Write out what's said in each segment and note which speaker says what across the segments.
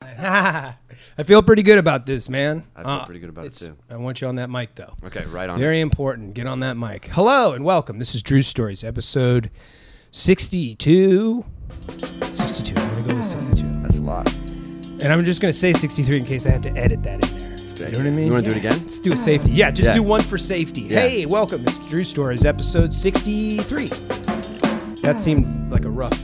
Speaker 1: I feel pretty good about this, man. Uh,
Speaker 2: I feel pretty good about it,
Speaker 1: it's-
Speaker 2: too.
Speaker 1: I want you on that mic, though.
Speaker 2: Okay, right on.
Speaker 1: Very important. Get on that mic. Hello and welcome. This is Drew's Stories, episode 62. 62. I'm going to go with 62.
Speaker 2: That's a lot.
Speaker 1: And I'm just going to say 63 in case I have to edit that in there. You know what
Speaker 2: good
Speaker 1: I
Speaker 2: idea.
Speaker 1: mean?
Speaker 2: You wanna do it again?
Speaker 1: Let's do a safety. Yeah, just
Speaker 2: Yeah.
Speaker 1: do one for safety.
Speaker 2: Yeah.
Speaker 1: Hey, welcome. This is Drew's Stories, episode 63. That seemed like a rough,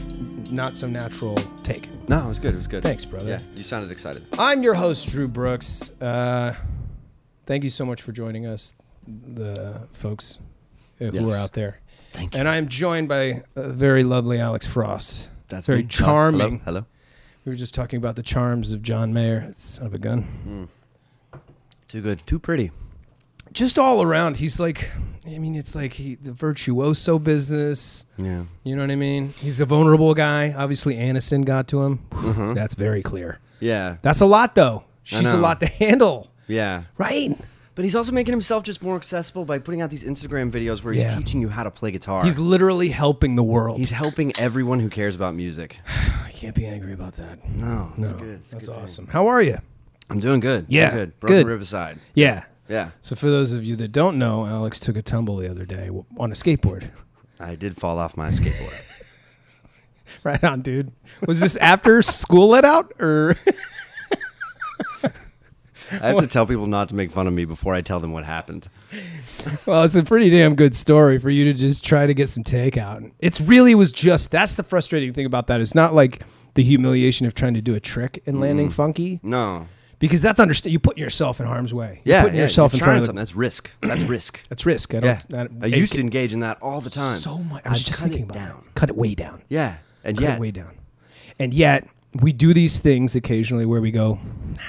Speaker 1: not so natural take.
Speaker 2: No, it was good. It was good.
Speaker 1: Thanks, brother.
Speaker 2: Yeah, you sounded excited.
Speaker 1: I'm your host, Drew Brooks. Uh, thank you so much for joining us, the folks uh, who
Speaker 2: Yes.
Speaker 1: are out there.
Speaker 2: Thank
Speaker 1: And I'm joined by a very lovely Alex Frost. very
Speaker 2: me.
Speaker 1: charming.
Speaker 2: Hello. Hello.
Speaker 1: We were just talking about the charms of John Mayer. It's son of a gun.
Speaker 2: Too good. Too pretty.
Speaker 1: Just all around, he's like, I mean, it's like he, the virtuoso business.
Speaker 2: Yeah.
Speaker 1: You know what I mean? He's a vulnerable guy. Obviously, Aniston got to him. That's very clear.
Speaker 2: Yeah.
Speaker 1: That's a lot, though. She's a
Speaker 2: Mm-hmm. know.
Speaker 1: lot to handle,
Speaker 2: Yeah.
Speaker 1: right?
Speaker 2: But he's also making himself just more accessible by putting out these Instagram videos where he's
Speaker 1: Yeah.
Speaker 2: teaching you how to play guitar.
Speaker 1: He's literally helping the world.
Speaker 2: He's helping everyone who cares about music.
Speaker 1: I can't be angry about that.
Speaker 2: No,
Speaker 1: No,
Speaker 2: that's good. It's a
Speaker 1: that's
Speaker 2: good thing.
Speaker 1: awesome. How are you?
Speaker 2: I'm doing good.
Speaker 1: Yeah,
Speaker 2: I'm good. Broken
Speaker 1: good.
Speaker 2: Riverside.
Speaker 1: Yeah.
Speaker 2: Yeah,
Speaker 1: So for those of you that don't know, Alex took a tumble the other day w- on a skateboard.
Speaker 2: I did fall off my skateboard.
Speaker 1: Right on, dude. Was this after school let out or?
Speaker 2: I have to tell people not to make fun of me before I tell them what happened.
Speaker 1: well, it's a pretty damn good story for you to just try to get some takeout. It's really was just that's the frustrating thing about that. It's not like the humiliation of trying to do a trick
Speaker 2: Mm-hmm.
Speaker 1: and landing funky
Speaker 2: No.
Speaker 1: because that's understand. You put yourself in harm's way. You're
Speaker 2: Yeah,
Speaker 1: putting
Speaker 2: yeah,
Speaker 1: yourself in
Speaker 2: you're
Speaker 1: front
Speaker 2: trying
Speaker 1: of
Speaker 2: something.
Speaker 1: the,
Speaker 2: That's risk. That's risk.
Speaker 1: that's risk. I
Speaker 2: Yeah,
Speaker 1: don't. I, don't-
Speaker 2: I used to engage in that all the time.
Speaker 1: so much. I was
Speaker 2: I'd
Speaker 1: just
Speaker 2: cut
Speaker 1: thinking
Speaker 2: it
Speaker 1: about
Speaker 2: down.
Speaker 1: It. Cut it way down.
Speaker 2: Yeah, and
Speaker 1: Cut
Speaker 2: yet
Speaker 1: it way down. And yet we do these things occasionally where we go,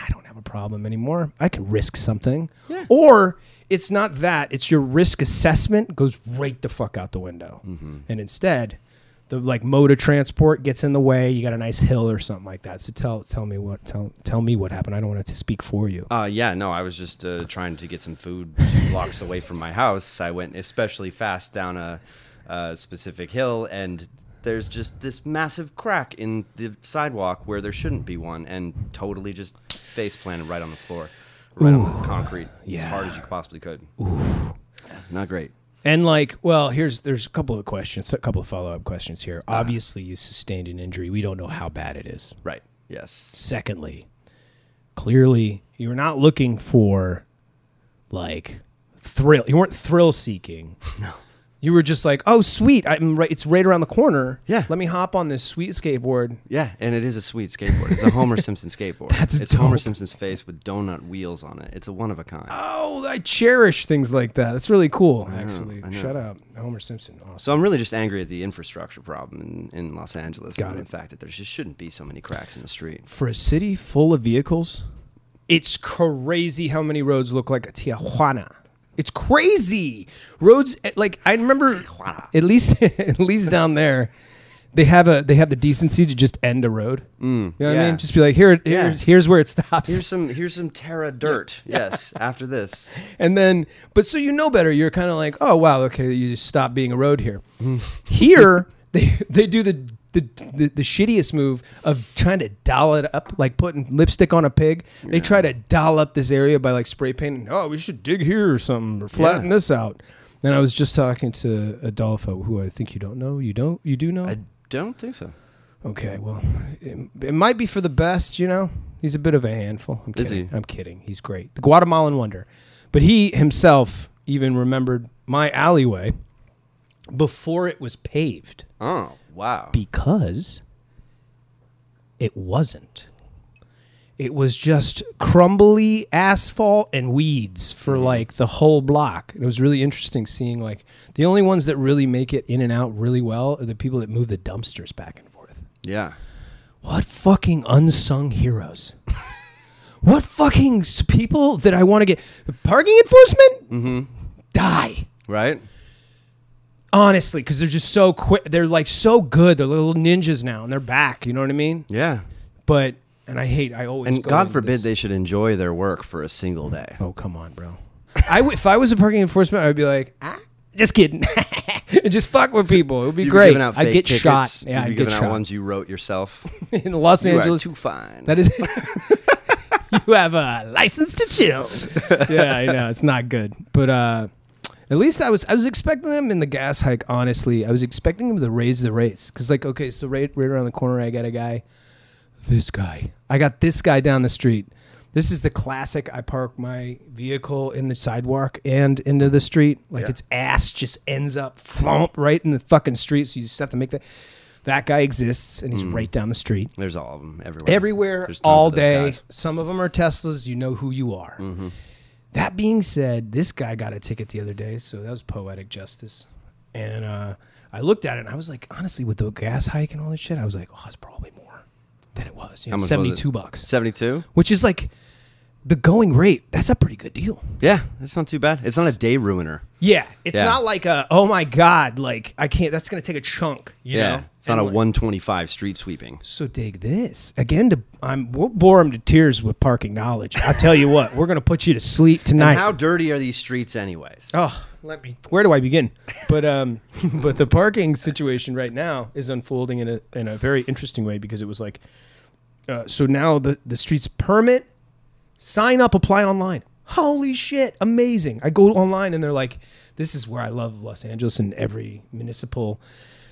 Speaker 1: I don't have a problem anymore. I can risk something.
Speaker 2: Yeah.
Speaker 1: Or it's not that. It's your risk assessment goes right the fuck out the window.
Speaker 2: Mm-hmm.
Speaker 1: And instead, the like mode of transport gets in the way. You got a nice hill or something like that. So tell tell me what tell tell me what happened. I don't want to speak for you.
Speaker 2: Uh, yeah, no, I was just uh, trying to get some food two blocks away from my house. I went especially fast down a, a specific hill, and there's just this massive crack in the sidewalk where there shouldn't be one, and totally just face planted right on the floor, right on the concrete, as
Speaker 1: yeah.
Speaker 2: hard as you possibly could. Not great.
Speaker 1: And like, well, here's there's a couple of questions, a couple of follow up questions here.
Speaker 2: Uh-huh.
Speaker 1: Obviously, you sustained an injury. We don't know how bad it is.
Speaker 2: Right. Yes.
Speaker 1: Secondly, clearly you were not looking for like thrill. You weren't thrill seeking.
Speaker 2: No.
Speaker 1: You were just like, oh sweet, I'm right. It's right around the corner.
Speaker 2: Yeah.
Speaker 1: Let me hop on this sweet skateboard.
Speaker 2: Yeah, and it is a sweet skateboard. It's a Homer Simpson skateboard.
Speaker 1: That's
Speaker 2: it's Homer
Speaker 1: dope.
Speaker 2: Simpson's face with donut wheels on it. It's a one of a kind.
Speaker 1: Oh, I cherish things like that. That's really cool. actually,
Speaker 2: I know.
Speaker 1: shut up, Homer Simpson. Awesome.
Speaker 2: So I'm really just angry at the infrastructure problem in, in Los Angeles
Speaker 1: Got
Speaker 2: and
Speaker 1: it.
Speaker 2: the fact that there just shouldn't be so many cracks in the street.
Speaker 1: For a city full of vehicles, it's crazy how many roads look like a Tijuana. It's crazy. Roads eh, like I remember at least at least down there they have a they have the decency to just end a road. you know what I
Speaker 2: yeah.
Speaker 1: mean? Just be like here
Speaker 2: Yeah.
Speaker 1: here's here's where it stops.
Speaker 2: Here's some here's some terra dirt. Yes, after this.
Speaker 1: and then but so you know better, you're kind of like, "Oh wow, okay, you just stop being a road here."
Speaker 2: Mm-hmm.
Speaker 1: here they they do the the, the, the shittiest move of trying to doll it up, like putting lipstick on a pig. They try to doll up this area by like spray painting. Oh, we should dig here or something, or flatten
Speaker 2: Yeah.
Speaker 1: this out. And I was just talking to Adolfo, who I think you don't know. You don't. You do know.
Speaker 2: I don't think so.
Speaker 1: Okay, well, it, it might be for the best, you know. He's a bit of a handful. I'm
Speaker 2: Is
Speaker 1: kidding.
Speaker 2: he?
Speaker 1: I'm kidding. He's great. The Guatemalan wonder. But he himself even remembered my alleyway before it was paved
Speaker 2: Oh, wow.
Speaker 1: because it wasn't. It was just crumbly asphalt and weeds for
Speaker 2: Mm-hmm.
Speaker 1: like the whole block. And it was really interesting seeing like the only ones that really make it in and out really well are the people that move the dumpsters back and forth.
Speaker 2: Yeah.
Speaker 1: What fucking unsung heroes? what fucking s- people that I want to get parking enforcement? Mm-hmm. Die
Speaker 2: Right?
Speaker 1: honestly because they're just so quick. They're like so good. They're little ninjas now, and they're back. You know what I mean?
Speaker 2: Yeah.
Speaker 1: But and I hate. I always
Speaker 2: And
Speaker 1: go
Speaker 2: God
Speaker 1: into
Speaker 2: forbid
Speaker 1: this-
Speaker 2: they should enjoy their work for a single day.
Speaker 1: Oh come on, bro. I w- if I was a parking enforcement, I'd be like, ah, Just kidding. And just fuck with people. It would be
Speaker 2: You were
Speaker 1: great.
Speaker 2: giving out
Speaker 1: I
Speaker 2: fake
Speaker 1: get
Speaker 2: tickets.
Speaker 1: shot.
Speaker 2: You'd
Speaker 1: Yeah,
Speaker 2: be
Speaker 1: I get
Speaker 2: giving out
Speaker 1: shot
Speaker 2: ones you wrote yourself.
Speaker 1: in Los
Speaker 2: you are
Speaker 1: Angeles.
Speaker 2: too fine.
Speaker 1: That is. you have a license to chill. yeah, I know it's not good, but uh, at least I was I was expecting them in the gas hike. Honestly, I was expecting them to raise the rates because like okay, so right right around the corner, I got a guy. This guy, I got this guy down the street. This is the classic. I park my vehicle in the sidewalk and into the street. Like
Speaker 2: Yeah.
Speaker 1: its ass just ends up flomp right in the fucking street. So you just have to make that. That guy exists and he's
Speaker 2: Mm.
Speaker 1: right down the street
Speaker 2: There's all of them everywhere.
Speaker 1: everywhere
Speaker 2: There's tons
Speaker 1: all
Speaker 2: of those
Speaker 1: day.
Speaker 2: guys. Mm-hmm.
Speaker 1: Some of them are Teslas. You know who you are. That being said, this guy got a ticket the other day, so that was poetic justice. And uh, I looked at it and I was like, honestly, with the gas hike and all this shit, I was like, oh, it's probably more than it was. You know,
Speaker 2: How much was it?
Speaker 1: Seventy-two bucks,
Speaker 2: 72?
Speaker 1: which is like the going rate. That's a pretty good deal.
Speaker 2: Yeah, it's not too bad. It's not a day ruiner.
Speaker 1: Yeah, it's
Speaker 2: Yeah.
Speaker 1: not like a oh my god, like I can't. That's gonna take a chunk. You
Speaker 2: Yeah,
Speaker 1: know?
Speaker 2: it's not
Speaker 1: And
Speaker 2: a
Speaker 1: like-
Speaker 2: 125 street sweeping.
Speaker 1: So dig this again. To, I'm we'll bore him to tears with parking knowledge. I tell you what, we're gonna put you to sleep tonight.
Speaker 2: How dirty are these streets, anyways?
Speaker 1: oh, let me. Where do I begin? But um, but the parking situation right now is unfolding in a in a very interesting way because it was like, uh, so now the the streets permit, sign up, apply online. Holy shit, amazing! I go online and they're like, this is where I love Los Angeles and every municipal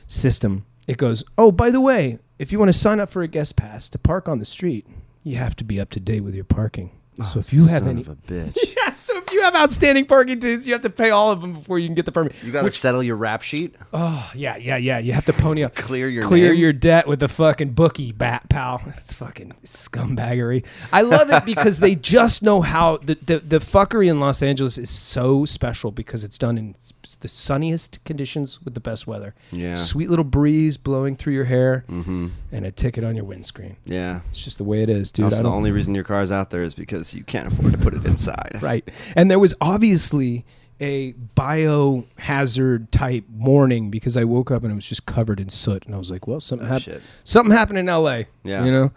Speaker 1: system, it goes, oh, by the way, if you want to sign up for a guest pass to park on the street, you have to be up to date with your parking. so if you have
Speaker 2: Son
Speaker 1: any.
Speaker 2: of a bitch.
Speaker 1: yeah, so if you have outstanding parking tickets, you have to pay all of them before you can get the permit.
Speaker 2: You got to settle your rap sheet.
Speaker 1: Oh, yeah, yeah, yeah. You have to pony up.
Speaker 2: Clear your
Speaker 1: clear
Speaker 2: name?
Speaker 1: your debt with the fucking bookie, bat pal. It's fucking scumbaggery. I love it because they just know how the, the the fuckery in Los Angeles is so special because it's done in s- the sunniest conditions with the best weather.
Speaker 2: Yeah. Mm-hmm.
Speaker 1: sweet little breeze blowing through your hair, and a ticket on your windscreen.
Speaker 2: Yeah.
Speaker 1: It's just the way it is, dude. I
Speaker 2: Also, the
Speaker 1: don't-
Speaker 2: only reason your car's out there is because you can't afford to put it inside.
Speaker 1: right. And there was obviously a biohazard type morning because I woke up and it was just covered in soot, and I was like, "Well, something happened.
Speaker 2: Oh, shit.
Speaker 1: Something happened in L.A."
Speaker 2: Yeah.
Speaker 1: you know.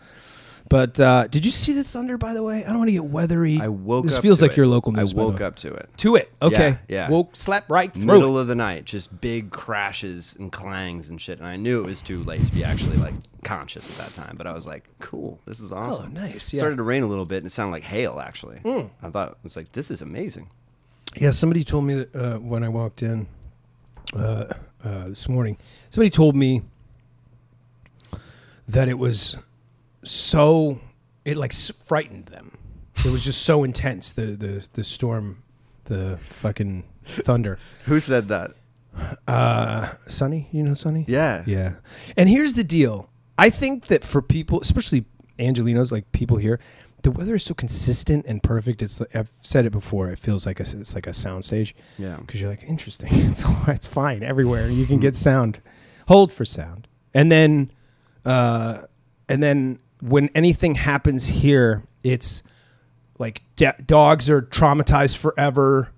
Speaker 1: But uh, did you see the thunder? By the way, I don't want to get weathery.
Speaker 2: I woke
Speaker 1: This
Speaker 2: up
Speaker 1: feels
Speaker 2: to
Speaker 1: like
Speaker 2: it.
Speaker 1: your local news.
Speaker 2: I
Speaker 1: by the
Speaker 2: woke
Speaker 1: way.
Speaker 2: up to it.
Speaker 1: to it. Okay,
Speaker 2: Yeah, yeah.
Speaker 1: Woke, slept right through.
Speaker 2: Middle
Speaker 1: it.
Speaker 2: of the night, just big crashes and clangs and shit. And I knew it was too late to be actually like conscious at that time. But I was like, cool, this is awesome.
Speaker 1: Oh, nice, yeah.
Speaker 2: It
Speaker 1: Hmm.
Speaker 2: started to rain a little bit and it sounded like hail, actually. I thought, I was like, this is amazing.
Speaker 1: Yeah, somebody told me that uh, when I walked in uh, uh, this morning, somebody told me that it was so it like s- frightened them. It was just so intense the the the storm, the fucking thunder.
Speaker 2: Who said that?
Speaker 1: Uh, Sonny, you know Sonny?
Speaker 2: Yeah.
Speaker 1: Yeah. And here's the deal. I think that for people, especially Angelinos, like people here, the weather is so consistent and perfect. It's like, I've said it before. It feels like a, it's like a sound stage.
Speaker 2: Yeah.
Speaker 1: Because you're like, interesting. It's all- it's fine everywhere. You can
Speaker 2: Hmm.
Speaker 1: get sound. Hold for sound. And then, uh, and then when anything happens here, it's like de- dogs are traumatized forever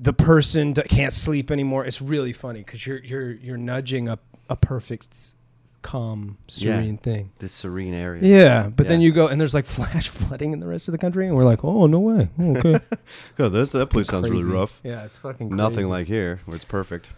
Speaker 1: the person d- can't sleep anymore. It's really funny because you're you're you're nudging a a perfect, calm,
Speaker 2: Yeah.
Speaker 1: serene thing.
Speaker 2: This serene area.
Speaker 1: Yeah, but then
Speaker 2: Yeah.
Speaker 1: you go and there's like flash flooding in the rest of the country, and we're like, oh no way, Oh, okay,
Speaker 2: Yeah, this, that place sounds
Speaker 1: Crazy. Yeah, it's fucking
Speaker 2: Nothing
Speaker 1: crazy.
Speaker 2: like here where it's perfect.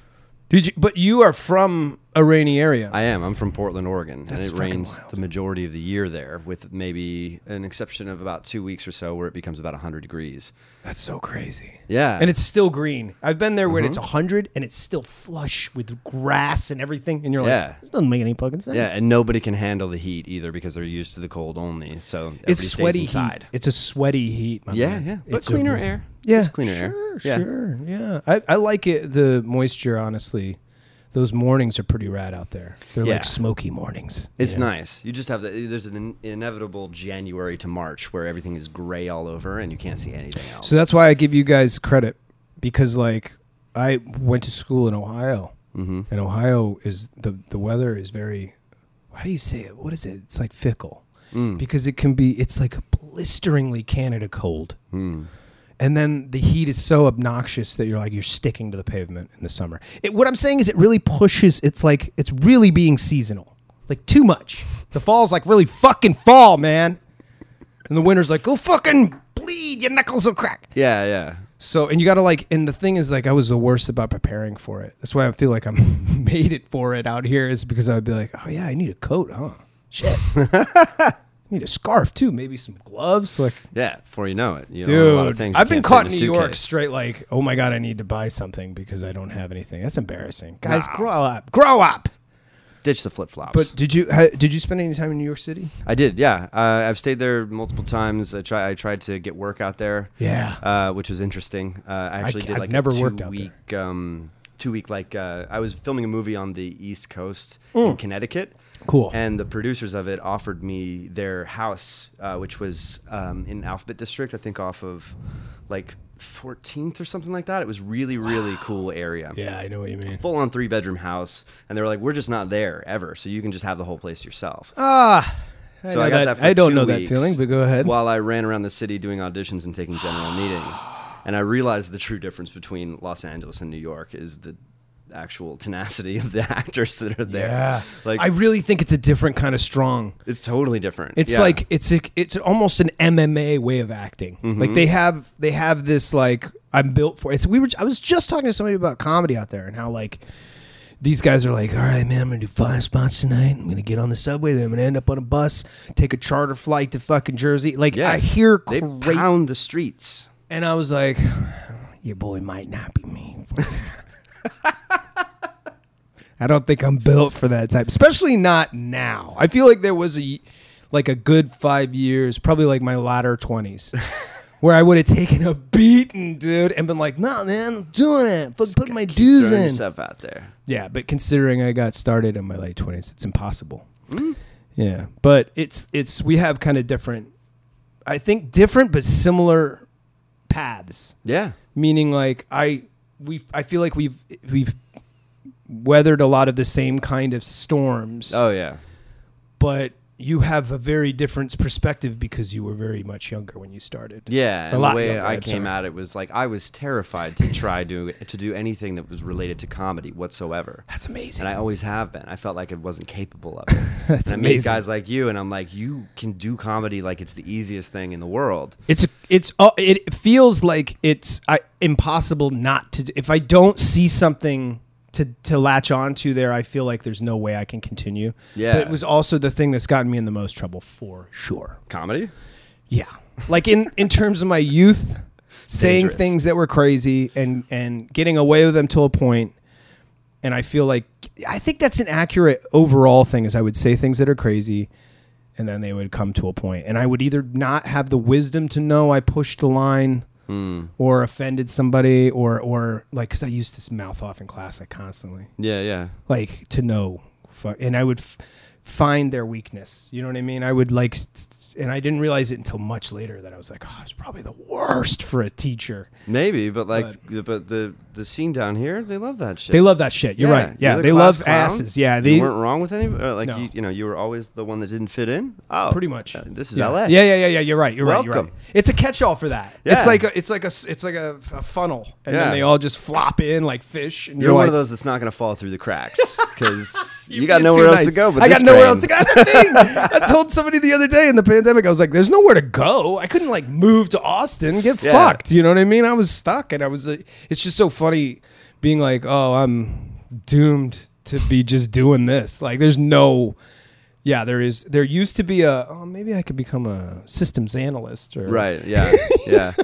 Speaker 1: Did you? But you are from a rainy area.
Speaker 2: I am. I'm from Portland, Oregon,
Speaker 1: That's
Speaker 2: and it
Speaker 1: fucking
Speaker 2: rains
Speaker 1: wild.
Speaker 2: the majority of the year there, with maybe an exception of about two weeks or so where it becomes about 100 degrees.
Speaker 1: That's so crazy.
Speaker 2: Yeah.
Speaker 1: and it's still green. I've been there when it's
Speaker 2: Mm-hmm.
Speaker 1: a hundred and it's still flush with grass and everything, and you're
Speaker 2: Yeah.
Speaker 1: like, this doesn't make any fucking sense.
Speaker 2: Yeah, and nobody can handle the heat either because they're used to the cold only. So
Speaker 1: It's
Speaker 2: everybody stays
Speaker 1: sweaty
Speaker 2: inside.
Speaker 1: heat. It's a sweaty heat. My
Speaker 2: Yeah,
Speaker 1: man.
Speaker 2: yeah, but
Speaker 1: It's a-
Speaker 2: cleaner air.
Speaker 1: Yeah,
Speaker 2: It's cleaner air.
Speaker 1: sure,
Speaker 2: Yeah.
Speaker 1: Sure, yeah. I, I like it. The moisture, honestly, those mornings are pretty rad out there. They're
Speaker 2: Yeah.
Speaker 1: like smoky mornings.
Speaker 2: It's nice. You just have the, there's an in- inevitable January to March where everything is gray all over and you can't see anything else.
Speaker 1: So that's why I give you guys credit because, like, I went to school in Ohio, mm-hmm. and Ohio is the the weather is very. How do you say it? What is it? It's like fickle because it can be. It's like blisteringly Canada cold. And then the heat is so obnoxious that you're like you're sticking to the pavement in the summer. It, what I'm saying is, it really pushes. It's like it's really being seasonal, like too much. The fall's like really fucking fall, man. And the winter's like, go fucking bleed, your knuckles will crack.
Speaker 2: yeah, yeah.
Speaker 1: So and you got to like and the thing is like I was the worst about preparing for it. That's why I feel like I'm made it for it out here is because I would be like, oh yeah, I need a coat, huh? Shit, I need a scarf too, maybe some gloves. Like,
Speaker 2: Yeah, before you know it, you
Speaker 1: dude,
Speaker 2: know, Oh, a lot of things. you
Speaker 1: I've been
Speaker 2: can't fit
Speaker 1: caught in
Speaker 2: a
Speaker 1: New York
Speaker 2: suitcase.
Speaker 1: straight like, oh my god, I need to buy something because I don't have anything. That's embarrassing, guys. Grow up, grow up.
Speaker 2: Ditch the flip flops.
Speaker 1: But did you ha, did you spend any time in New York City?
Speaker 2: I did, yeah. Uh, I've stayed there multiple times. I try. I tried to get work out there.
Speaker 1: Yeah.
Speaker 2: uh, which was interesting. Uh, I actually
Speaker 1: c-
Speaker 2: did
Speaker 1: I've
Speaker 2: like a
Speaker 1: never
Speaker 2: two
Speaker 1: worked out there.
Speaker 2: week, Um, two week like uh, I was filming a movie on the East Coast in Connecticut.
Speaker 1: Mm. Cool.
Speaker 2: And the producers of it offered me their house, uh, which was um, in Alphabet District, I think, off of like 14th or something like that. It was really, really cool area
Speaker 1: Yeah, I know what you mean.
Speaker 2: full on three bedroom house, and they were like, "We're just not there ever, so you can just have the whole place yourself."
Speaker 1: Ah, I
Speaker 2: so
Speaker 1: know
Speaker 2: I got that. for
Speaker 1: I don't
Speaker 2: two
Speaker 1: know that
Speaker 2: weeks
Speaker 1: feeling, but go ahead.
Speaker 2: While I ran around the city doing auditions and taking general meetings, and I realized the true difference between Los Angeles and New York is the actual tenacity of the actors that are there.
Speaker 1: yeah,
Speaker 2: Like
Speaker 1: I really think it's a different kind of strong.
Speaker 2: it's totally different.
Speaker 1: It's
Speaker 2: Yeah.
Speaker 1: like it's it's almost an MMA way of acting. Like
Speaker 2: Mm-hmm.
Speaker 1: they have they have this like I'm built for. It's we were I was just talking to somebody about comedy out there and how like these guys are like, all right, man, I'm gonna do five spots tonight. I'm gonna get on the subway, then I'm gonna end up on a bus, take a charter flight to fucking Jersey. Like
Speaker 2: yeah,
Speaker 1: I hear
Speaker 2: they
Speaker 1: great,
Speaker 2: pound the streets.
Speaker 1: and I was like, your boy might not be me. I don't think I'm built for that type, especially not now. I feel like there was a like a good five years, probably like my latter twenties, where I would have taken a beating, dude, and been like, "Nah, man, I'm doing it. Fuck, putting my dues
Speaker 2: Throwing
Speaker 1: in."
Speaker 2: yourself out there.
Speaker 1: Yeah, but considering I got started in my late twenties, it's impossible.
Speaker 2: Mm.
Speaker 1: Yeah, but it's it's we have kind of different, I think different but similar paths
Speaker 2: Yeah.
Speaker 1: meaning like I we I feel like we've we've weathered a lot of the same kind of storms,
Speaker 2: Oh yeah.
Speaker 1: but you have a very different perspective because you were very much younger when you started.
Speaker 2: Yeah, and
Speaker 1: lot
Speaker 2: the way
Speaker 1: younger,
Speaker 2: I
Speaker 1: I'm
Speaker 2: came
Speaker 1: sorry.
Speaker 2: at it was like I was terrified to try to to do anything that was related to comedy whatsoever.
Speaker 1: That's amazing.
Speaker 2: And I always have been. I felt like I wasn't capable of it. That's and I meet
Speaker 1: amazing.
Speaker 2: guys like you, and I'm like, you can do comedy like it's the easiest thing in the world.
Speaker 1: It's it's uh, it feels like it's I, impossible not to. If I don't see something to to latch onto there, I feel like there's no way I can continue.
Speaker 2: Yeah.
Speaker 1: but it was also the thing that's gotten me in the most trouble for sure.
Speaker 2: Comedy?
Speaker 1: Yeah. Like in in terms of my youth, saying
Speaker 2: Dangerous.
Speaker 1: things that were crazy and and getting away with them to a point, And I feel like I think that's an accurate overall thing is I would say things that are crazy and then they would come to a point and I would either not have the wisdom to know I pushed the line or offended somebody or or like cuz I used to mouth off in class like constantly
Speaker 2: Yeah, yeah.
Speaker 1: like to know fu- and i would f- find their weakness you know what i mean i would like s- and i didn't realize it until much later that i was like oh i was probably the worst for a teacher
Speaker 2: Maybe, but like, but, the the scene down here, they love that shit.
Speaker 1: they love that shit you're right yeah
Speaker 2: you're the
Speaker 1: they
Speaker 2: class
Speaker 1: love
Speaker 2: clown.
Speaker 1: asses yeah
Speaker 2: you
Speaker 1: they
Speaker 2: weren't wrong with any. uh, Like
Speaker 1: No.
Speaker 2: you, you know, you were always the one that didn't fit in. Oh,
Speaker 1: pretty much
Speaker 2: uh, This is
Speaker 1: yeah.
Speaker 2: L.A.
Speaker 1: yeah yeah yeah yeah you're right you're right you're right
Speaker 2: Welcome.
Speaker 1: it's a catch-all for that
Speaker 2: Yeah.
Speaker 1: it's like a, it's like a s- it's like a, a funnel and
Speaker 2: Yeah.
Speaker 1: then they all just flop in like fish and
Speaker 2: You're one
Speaker 1: like,
Speaker 2: of those that's not going to fall through the cracks because you,
Speaker 1: You're
Speaker 2: got
Speaker 1: being
Speaker 2: nowhere
Speaker 1: too
Speaker 2: else to
Speaker 1: nice.
Speaker 2: go. But
Speaker 1: I
Speaker 2: this
Speaker 1: got nowhere
Speaker 2: train.
Speaker 1: else to go. That's the thing. I told somebody the other day in the pandemic, I was like, "There's nowhere to go. I couldn't like move to Austin. Get
Speaker 2: Yeah.
Speaker 1: fucked. You know what I mean? I was stuck, and I was. Uh, it's just so funny being like, "Oh, I'm doomed to be just doing this. Like, there's no." Yeah, there is. There used to be a. Oh, maybe I could become a systems analyst or
Speaker 2: Right. Yeah. Yeah.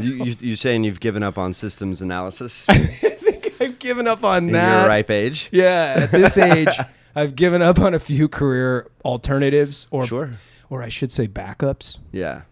Speaker 2: you, you you saying you've given up on systems analysis
Speaker 1: I think I've given up on
Speaker 2: in
Speaker 1: that.
Speaker 2: your ripe age?
Speaker 1: Yeah, at this age, I've given up on a few career alternatives or
Speaker 2: Sure.
Speaker 1: or I should say backups.
Speaker 2: Yeah.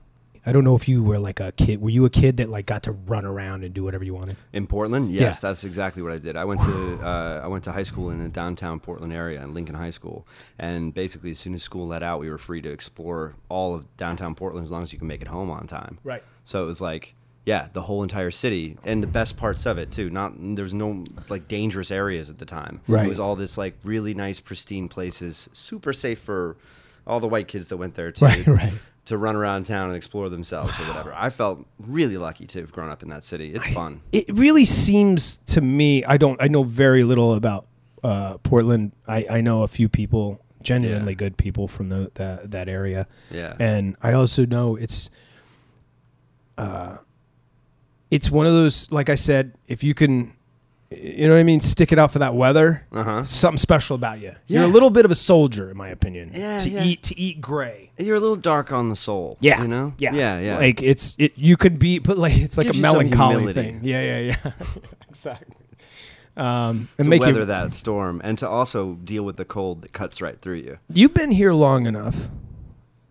Speaker 1: I don't know if you were like a kid. Were you a kid that like got to run around and do whatever you wanted?
Speaker 2: In Portland, yes, that's exactly what I did. I went to uh, I went to high school in the downtown Portland area, in Lincoln High School, and basically as soon as school let out, we were free to explore all of downtown Portland as long as you can make it home on time.
Speaker 1: Right.
Speaker 2: So it was like, yeah, the whole entire city and the best parts of it too. Not there's no like dangerous areas at the time.
Speaker 1: Right.
Speaker 2: It was all this like really nice, pristine places, super safe for all the white kids that went there too.
Speaker 1: Right, right.
Speaker 2: To run around town and explore themselves or whatever. I felt really lucky to have grown up in that city. It's fun.
Speaker 1: It really seems to me. I don't. I know very little about uh, Portland. I, I know a few people, genuinely
Speaker 2: Yeah.
Speaker 1: good people from the, the that area.
Speaker 2: Yeah.
Speaker 1: and I also know it's. Uh, it's one of those like I said, if you can you know what I mean, stick it out for that weather, uh-huh. something special about you. You're a
Speaker 2: Yeah.
Speaker 1: little bit of a soldier in my opinion.
Speaker 2: Yeah,
Speaker 1: to
Speaker 2: yeah.
Speaker 1: eat to eat gray.
Speaker 2: You're a little dark on the soul.
Speaker 1: Yeah.
Speaker 2: You know?
Speaker 1: Yeah.
Speaker 2: Yeah. Yeah.
Speaker 1: Like it's it you could be but like it's like
Speaker 2: Gives
Speaker 1: a
Speaker 2: you some
Speaker 1: melancholy
Speaker 2: humility.
Speaker 1: thing. Yeah, yeah, yeah. exactly. Um and
Speaker 2: to
Speaker 1: make
Speaker 2: weather
Speaker 1: you,
Speaker 2: that storm and to also deal with the cold that cuts right through you.
Speaker 1: you've been here long enough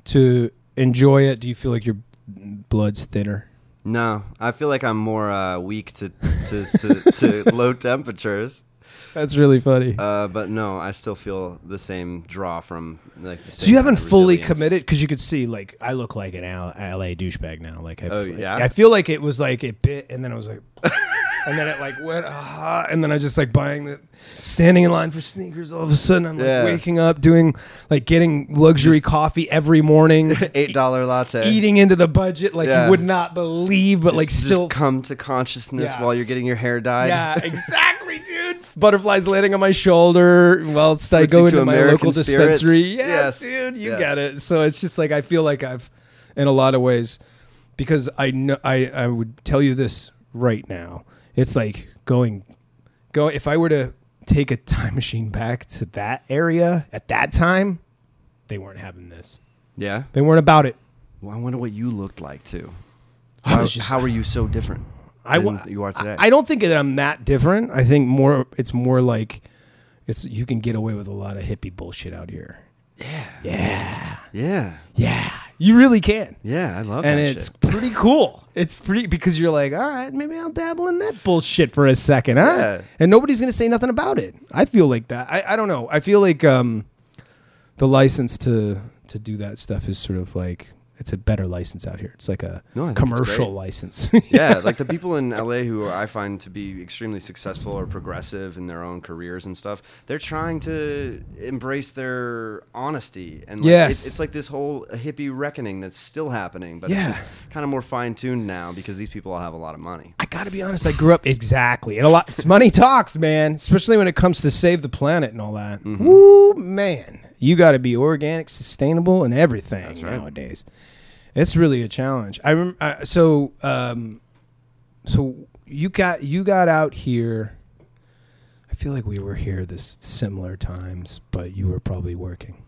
Speaker 1: to enjoy it. Do you feel like your blood's thinner?
Speaker 2: No, I feel like I'm more uh, weak to to, to, to low temperatures.
Speaker 1: That's really funny.
Speaker 2: Uh, but no, I still feel the same draw from like. The
Speaker 1: so
Speaker 2: same
Speaker 1: you
Speaker 2: kind
Speaker 1: haven't
Speaker 2: of
Speaker 1: fully
Speaker 2: resilience.
Speaker 1: committed because you could see like I look like an L- LA douchebag now. Like I,
Speaker 2: Oh,
Speaker 1: like,
Speaker 2: yeah?
Speaker 1: I feel like it was like it bit and then it was like, and then it like went ah, and then I just like buying the, standing in line for sneakers. All of a sudden I'm like
Speaker 2: Yeah.
Speaker 1: waking up doing like getting luxury coffee every morning,
Speaker 2: Eight dollar latte.
Speaker 1: eating into the budget like
Speaker 2: Yeah.
Speaker 1: you would not believe, but like
Speaker 2: Just
Speaker 1: still
Speaker 2: come to consciousness
Speaker 1: Yeah.
Speaker 2: while you're getting your hair dyed.
Speaker 1: Yeah, exactly, dude. Butterflies landing on my shoulder whilst I
Speaker 2: Switching
Speaker 1: go into
Speaker 2: to
Speaker 1: my
Speaker 2: American
Speaker 1: local
Speaker 2: spirits.
Speaker 1: dispensary. Yes,
Speaker 2: Yes,
Speaker 1: dude, you
Speaker 2: yes.
Speaker 1: got it. So it's just like I feel like I've, in a lot of ways, because I know I I would tell you this right now. It's like going, go. If I were to take a time machine back to that area at that time, they weren't having this.
Speaker 2: Yeah.
Speaker 1: They weren't about it.
Speaker 2: Well, I wonder what you looked like too.
Speaker 1: I
Speaker 2: How,
Speaker 1: was just-
Speaker 2: how are you so different?
Speaker 1: I
Speaker 2: than
Speaker 1: wa-
Speaker 2: you are today.
Speaker 1: I don't think that I'm that different. I think more. It's more like it's you can get away with a lot of hippie bullshit out here.
Speaker 2: yeah.
Speaker 1: Yeah, you really can,
Speaker 2: Yeah, I love
Speaker 1: and
Speaker 2: that
Speaker 1: it's
Speaker 2: shit.
Speaker 1: pretty cool. It's pretty because you're like, all right, maybe I'll dabble in that bullshit for a second, huh?
Speaker 2: Yeah.
Speaker 1: And nobody's gonna say nothing about it. I feel like that. I, I don't know. I feel like um, the license to to do that stuff is sort of like it's a better license out here. It's like a
Speaker 2: No, I think it's
Speaker 1: commercial
Speaker 2: great.
Speaker 1: license.
Speaker 2: yeah, like the people in LA who I find to be extremely successful or progressive in their own careers and stuff, they're trying to embrace their honesty. And like,
Speaker 1: Yes.
Speaker 2: it- it's like this whole hippie reckoning that's still happening, but
Speaker 1: Yeah.
Speaker 2: it's just kind of more fine tuned now because these people all have a lot of money.
Speaker 1: I gotta be honest. I grew up exactly, and a lot. It's money talks, man. Especially when it comes to save the planet and all that.
Speaker 2: Mm-hmm.
Speaker 1: Woo, man! You gotta be organic, sustainable, and everything nowadays. It's really a challenge. I rem- I, so um, so you got you got out here. I feel like we were here this similar times, but you were probably working.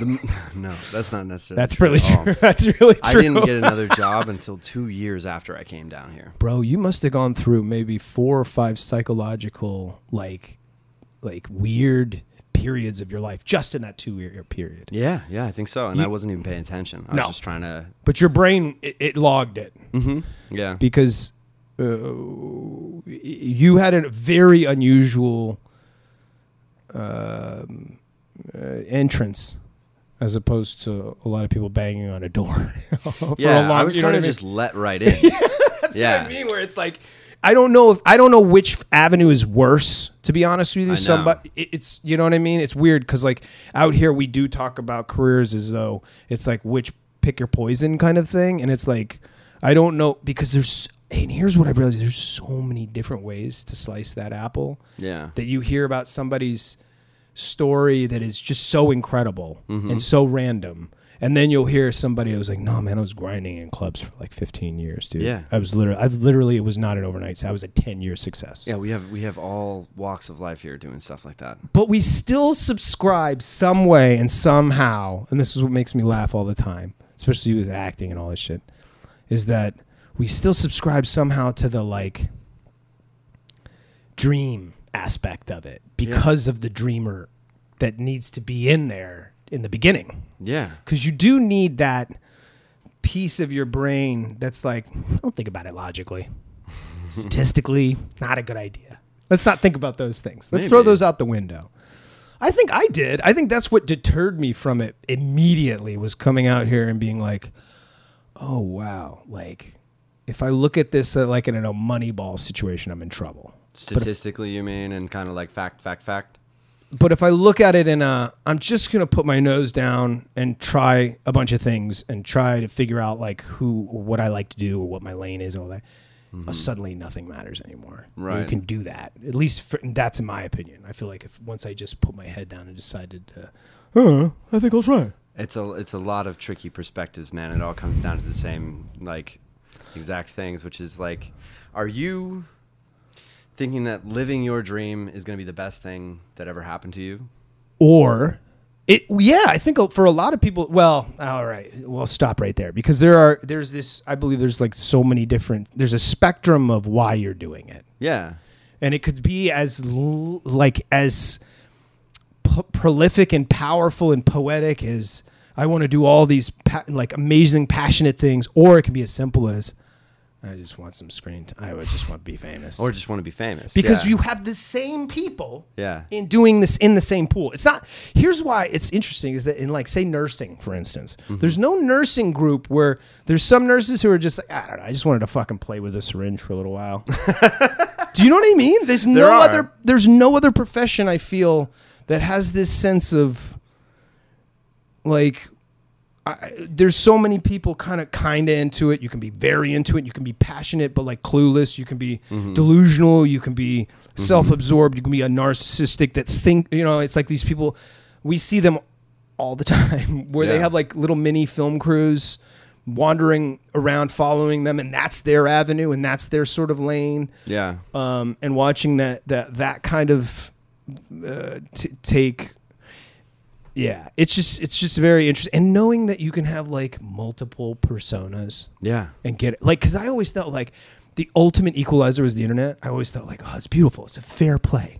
Speaker 2: The, no, that's not necessarily.
Speaker 1: That's really
Speaker 2: at all.
Speaker 1: true. That's really true.
Speaker 2: Oh. I didn't get another job until two years after I came down here.
Speaker 1: bro you must have gone through maybe four or five psychological like like weird periods of your life just in that two year period
Speaker 2: Yeah, yeah, I think so. And I wasn't even paying attention. I was
Speaker 1: No.
Speaker 2: just trying to.
Speaker 1: but your brain it, it logged it
Speaker 2: Yeah.
Speaker 1: because uh, y- you had a very unusual um, uh, entrance as opposed to a lot of people banging on a door for
Speaker 2: yeah,
Speaker 1: a long
Speaker 2: I was
Speaker 1: you know
Speaker 2: kind
Speaker 1: what
Speaker 2: of
Speaker 1: mean?
Speaker 2: just let right in.
Speaker 1: That's what
Speaker 2: Yeah.
Speaker 1: I mean. Where it's like, I don't know if I don't know which avenue is worse. To be honest with you,
Speaker 2: know.
Speaker 1: somebody it- it's you know what I mean. It's weird because like out here we do talk about careers as though it's like which pick your poison kind of thing, and it's like I don't know because there's and here's what I realized: there's so many different ways to slice that apple
Speaker 2: Yeah.
Speaker 1: that you hear about somebody's story that is just so incredible
Speaker 2: Mm-hmm.
Speaker 1: and so random. And then you'll hear somebody who's like, "No, man, I was grinding in clubs for like 15 years, dude.
Speaker 2: Yeah.
Speaker 1: I was literally, I've literally, it was not an overnight. So I was a 10 year success.
Speaker 2: Yeah, we have we have all walks of life here doing stuff like that.
Speaker 1: But we still subscribe some way and somehow, and this is what makes me laugh all the time, especially with acting and all this shit, is that we still subscribe somehow to the like dream aspect of it because of the dreamer that needs to be in there in the beginning.
Speaker 2: Yeah.
Speaker 1: Because you do need that piece of your brain that's like, don't think about it logically. Statistically, not a good idea. Let's not think about those things. Let's throw
Speaker 2: Maybe.
Speaker 1: those out the window. I think I did. I think that's what deterred me from it immediately was coming out here and being like, oh, wow. Like, if I look at this uh, like in a money ball situation, I'm in trouble.
Speaker 2: Statistically, you mean, and kind of like fact, fact, fact.
Speaker 1: But if I look at it in a, I'm just gonna put my nose down and try a bunch of things and try to figure out like who, what I like to do, or what my lane is, and all that. uh, suddenly, nothing matters anymore. You
Speaker 2: Right.
Speaker 1: can do that. At least for, that's in my opinion. I feel like if once I just put my head down and decided to, oh, I think I'll try.
Speaker 2: It's a it's a lot of tricky perspectives, man. It all comes down to the same like exact things, which is like, are you thinking that living your dream is going to be the best thing that ever happened to you?
Speaker 1: or it yeah i think for a lot of people well all right we'll stop right there because there are there's this i believe there's like so many different there's a spectrum of why you're doing it
Speaker 2: Yeah.
Speaker 1: and it could be as l- like as p- prolific and powerful and poetic as i want to do all these pa- like amazing passionate things or it can be as simple as i just want some screen t- I would just want to be famous
Speaker 2: Or just want to be famous.
Speaker 1: because
Speaker 2: Yeah.
Speaker 1: you have the same people
Speaker 2: Yeah.
Speaker 1: in doing this in the same pool. It's not here's why it's interesting is that in like say nursing for instance,
Speaker 2: Mm-hmm.
Speaker 1: there's no nursing group where there's some nurses who are just like I don't know, I just wanted to fucking play with a syringe for a little while. Do you know what I mean? There's no
Speaker 2: are.
Speaker 1: other there's no other profession I feel that has this sense of like I, there's so many people kind of kind of into it. You can be very into it. You can be passionate, but like clueless. You can be delusional. You can be self-absorbed. You can be a narcissistic that think you know. It's like these people we see them all the time where they
Speaker 2: Yeah.
Speaker 1: have like little mini film crews wandering around following them and that's their avenue and that's their sort of lane
Speaker 2: Yeah.
Speaker 1: um, and watching that that that kind of uh, t- take yeah it's just it's just very interesting and knowing that you can have like multiple personas
Speaker 2: Yeah.
Speaker 1: and get it like because i always felt like the ultimate equalizer was the internet i always felt like oh it's beautiful it's a fair play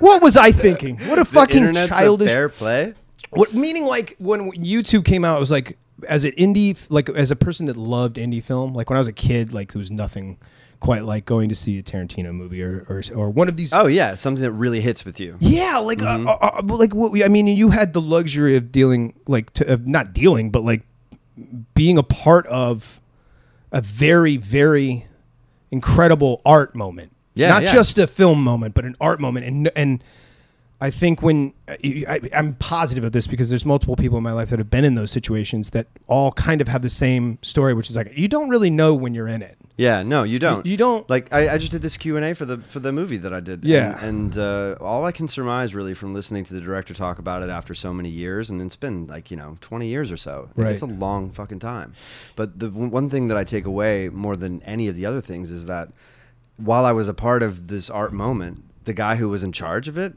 Speaker 1: what was i thinking what a fucking
Speaker 2: Internet's a
Speaker 1: childish
Speaker 2: fair play.
Speaker 1: what meaning like when YouTube came out, it was like as an indie, like as a person that loved indie film. Like when I was a kid, like there was nothing quite like going to see a Tarantino movie or or, or one of these.
Speaker 2: Oh yeah, something that really hits with you.
Speaker 1: Yeah, like
Speaker 2: Mm-hmm.
Speaker 1: uh, uh, uh, but, like what we, I mean, you had the luxury of dealing, like to, of not dealing, but like being a part of a very very incredible art moment.
Speaker 2: Yeah,
Speaker 1: not
Speaker 2: yeah.
Speaker 1: just a film moment, but an art moment, and and I think when I, I'm positive of this because there's multiple people in my life that have been in those situations that all kind of have the same story, which is like you don't really know when you're in it.
Speaker 2: Yeah, no, you don't.
Speaker 1: you don't-
Speaker 2: Like I, I just did this Q and A for the for the movie that I did.
Speaker 1: Yeah.
Speaker 2: and, and uh, all I can surmise really from listening to the director talk about it after so many years, and it's been like you know twenty years or so. Like,
Speaker 1: Right.
Speaker 2: it's a long fucking time. But the w- one thing that I take away more than any of the other things is that while I was a part of this art moment, the guy who was in charge of it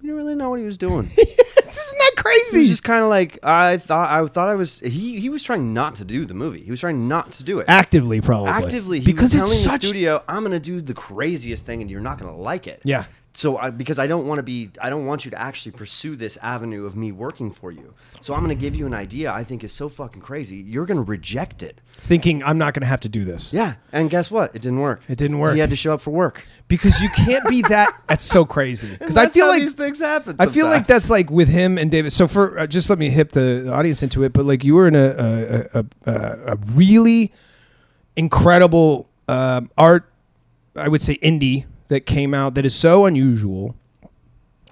Speaker 2: didn't really know what he was doing.
Speaker 1: Isn't that crazy?
Speaker 2: He was just kind of like I thought. I thought I was. He he was trying not to do the movie. He was trying not to do it
Speaker 1: actively, probably
Speaker 2: actively he
Speaker 1: because
Speaker 2: because was
Speaker 1: it's
Speaker 2: telling
Speaker 1: such
Speaker 2: the studio i'm gonna do the craziest thing and you're not gonna like it
Speaker 1: Yeah.
Speaker 2: so I, because i don't want to be i don't want you to actually pursue this avenue of me working for you so i'm gonna give you an idea i think is so fucking crazy you're gonna reject it
Speaker 1: thinking I'm not going to have to do this.
Speaker 2: yeah and guess what it didn't work
Speaker 1: It didn't work.
Speaker 2: he had to show up for work
Speaker 1: because you can't be that. That's so crazy. Because I
Speaker 2: That's
Speaker 1: feel
Speaker 2: how
Speaker 1: like
Speaker 2: these things happen
Speaker 1: I feel like
Speaker 2: sometimes.
Speaker 1: that's like with him and David. So for uh, just let me hip the audience into it. But like you were in a a a, a, a really incredible um, art, I would say indie that came out that is so unusual.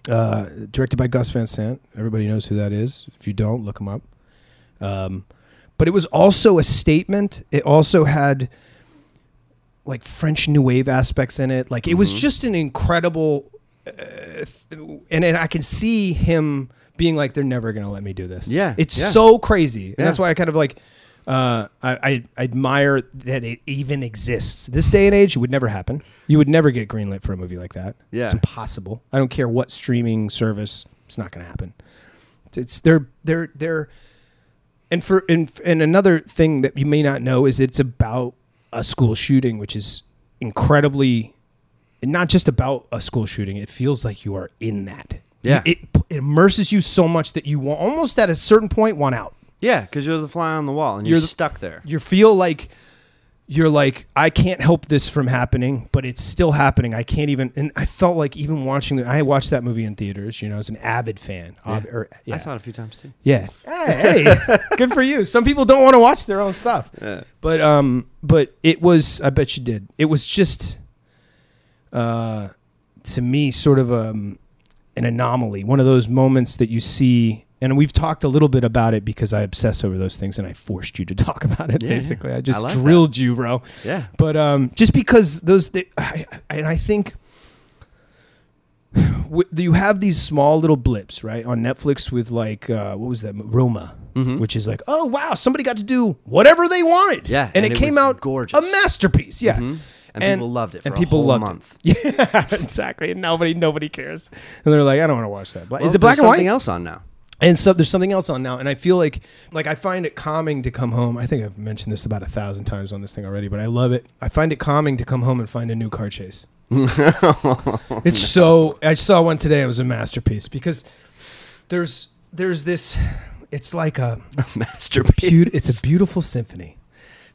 Speaker 1: Uh, directed by Gus Van Sant. Everybody knows who that is. If you don't, look him up. Um, but it was also a statement. It also had like French New Wave aspects in it. Like it
Speaker 2: Mm-hmm.
Speaker 1: was just an incredible, uh, th- and, and I can see him being like, "They're never gonna let me do this."
Speaker 2: Yeah,
Speaker 1: it's
Speaker 2: yeah.
Speaker 1: so crazy, and that's
Speaker 2: Yeah.
Speaker 1: why I kind of like. Uh, I, I admire that it even exists. This day and age, it would never happen. You would never get greenlit for a movie like that.
Speaker 2: Yeah.
Speaker 1: it's impossible. I don't care what streaming service; it's not going to happen. It's- It's they're they're they're and for and, and another thing that you may not know is it's about a school shooting, which is incredibly and not just about a school shooting. It feels like you are in that.
Speaker 2: Yeah.
Speaker 1: it, it immerses you so much that you want, almost at a certain point want out.
Speaker 2: yeah because you're the fly on the wall and you're,
Speaker 1: You're the-
Speaker 2: stuck there
Speaker 1: You feel like you're like I can't help this from happening, but it's still happening. I can't even. And I felt like even watching. The, I watched that movie in theaters. You know, as an avid fan. ob- or- yeah.
Speaker 2: i saw it a few times too
Speaker 1: Yeah. Hey, hey. good for you. Some people don't want to watch their own stuff. But um but it was I bet you did. It was just uh to me sort of um an anomaly, one of those moments that you see and we've talked a little bit about it because I obsess over those things and I forced you to talk about it
Speaker 2: Yeah, yeah.
Speaker 1: basically. I just
Speaker 2: I like that.
Speaker 1: drilled you, bro.
Speaker 2: yeah
Speaker 1: But um, just because those, thi- I, I- and I think w- you have these small little blips, right, on Netflix with like uh, what was that mo- Roma,
Speaker 2: Mm-hmm.
Speaker 1: which is like, oh wow, somebody got to do whatever they wanted,
Speaker 2: Yeah,
Speaker 1: and,
Speaker 2: and
Speaker 1: it,
Speaker 2: it
Speaker 1: came
Speaker 2: was
Speaker 1: out
Speaker 2: gorgeous. Mm-hmm.
Speaker 1: a masterpiece, yeah.
Speaker 2: And people loved it for a whole
Speaker 1: loved
Speaker 2: month.
Speaker 1: It. Yeah, exactly. And nobody, nobody cares. And they're like, I don't want to watch that. Bla- is
Speaker 2: Well,
Speaker 1: it black
Speaker 2: there's
Speaker 1: and white?
Speaker 2: Something else on now.
Speaker 1: And so there's something else on now, and I feel like like I find it calming to come home. I think I've mentioned this about a thousand times on this thing already, but I love it. I find it calming to come home and find a new car chase. it's so I saw one today. It was a masterpiece because there's there's this. It's like a
Speaker 2: Masterpiece.
Speaker 1: beau- it's a beautiful symphony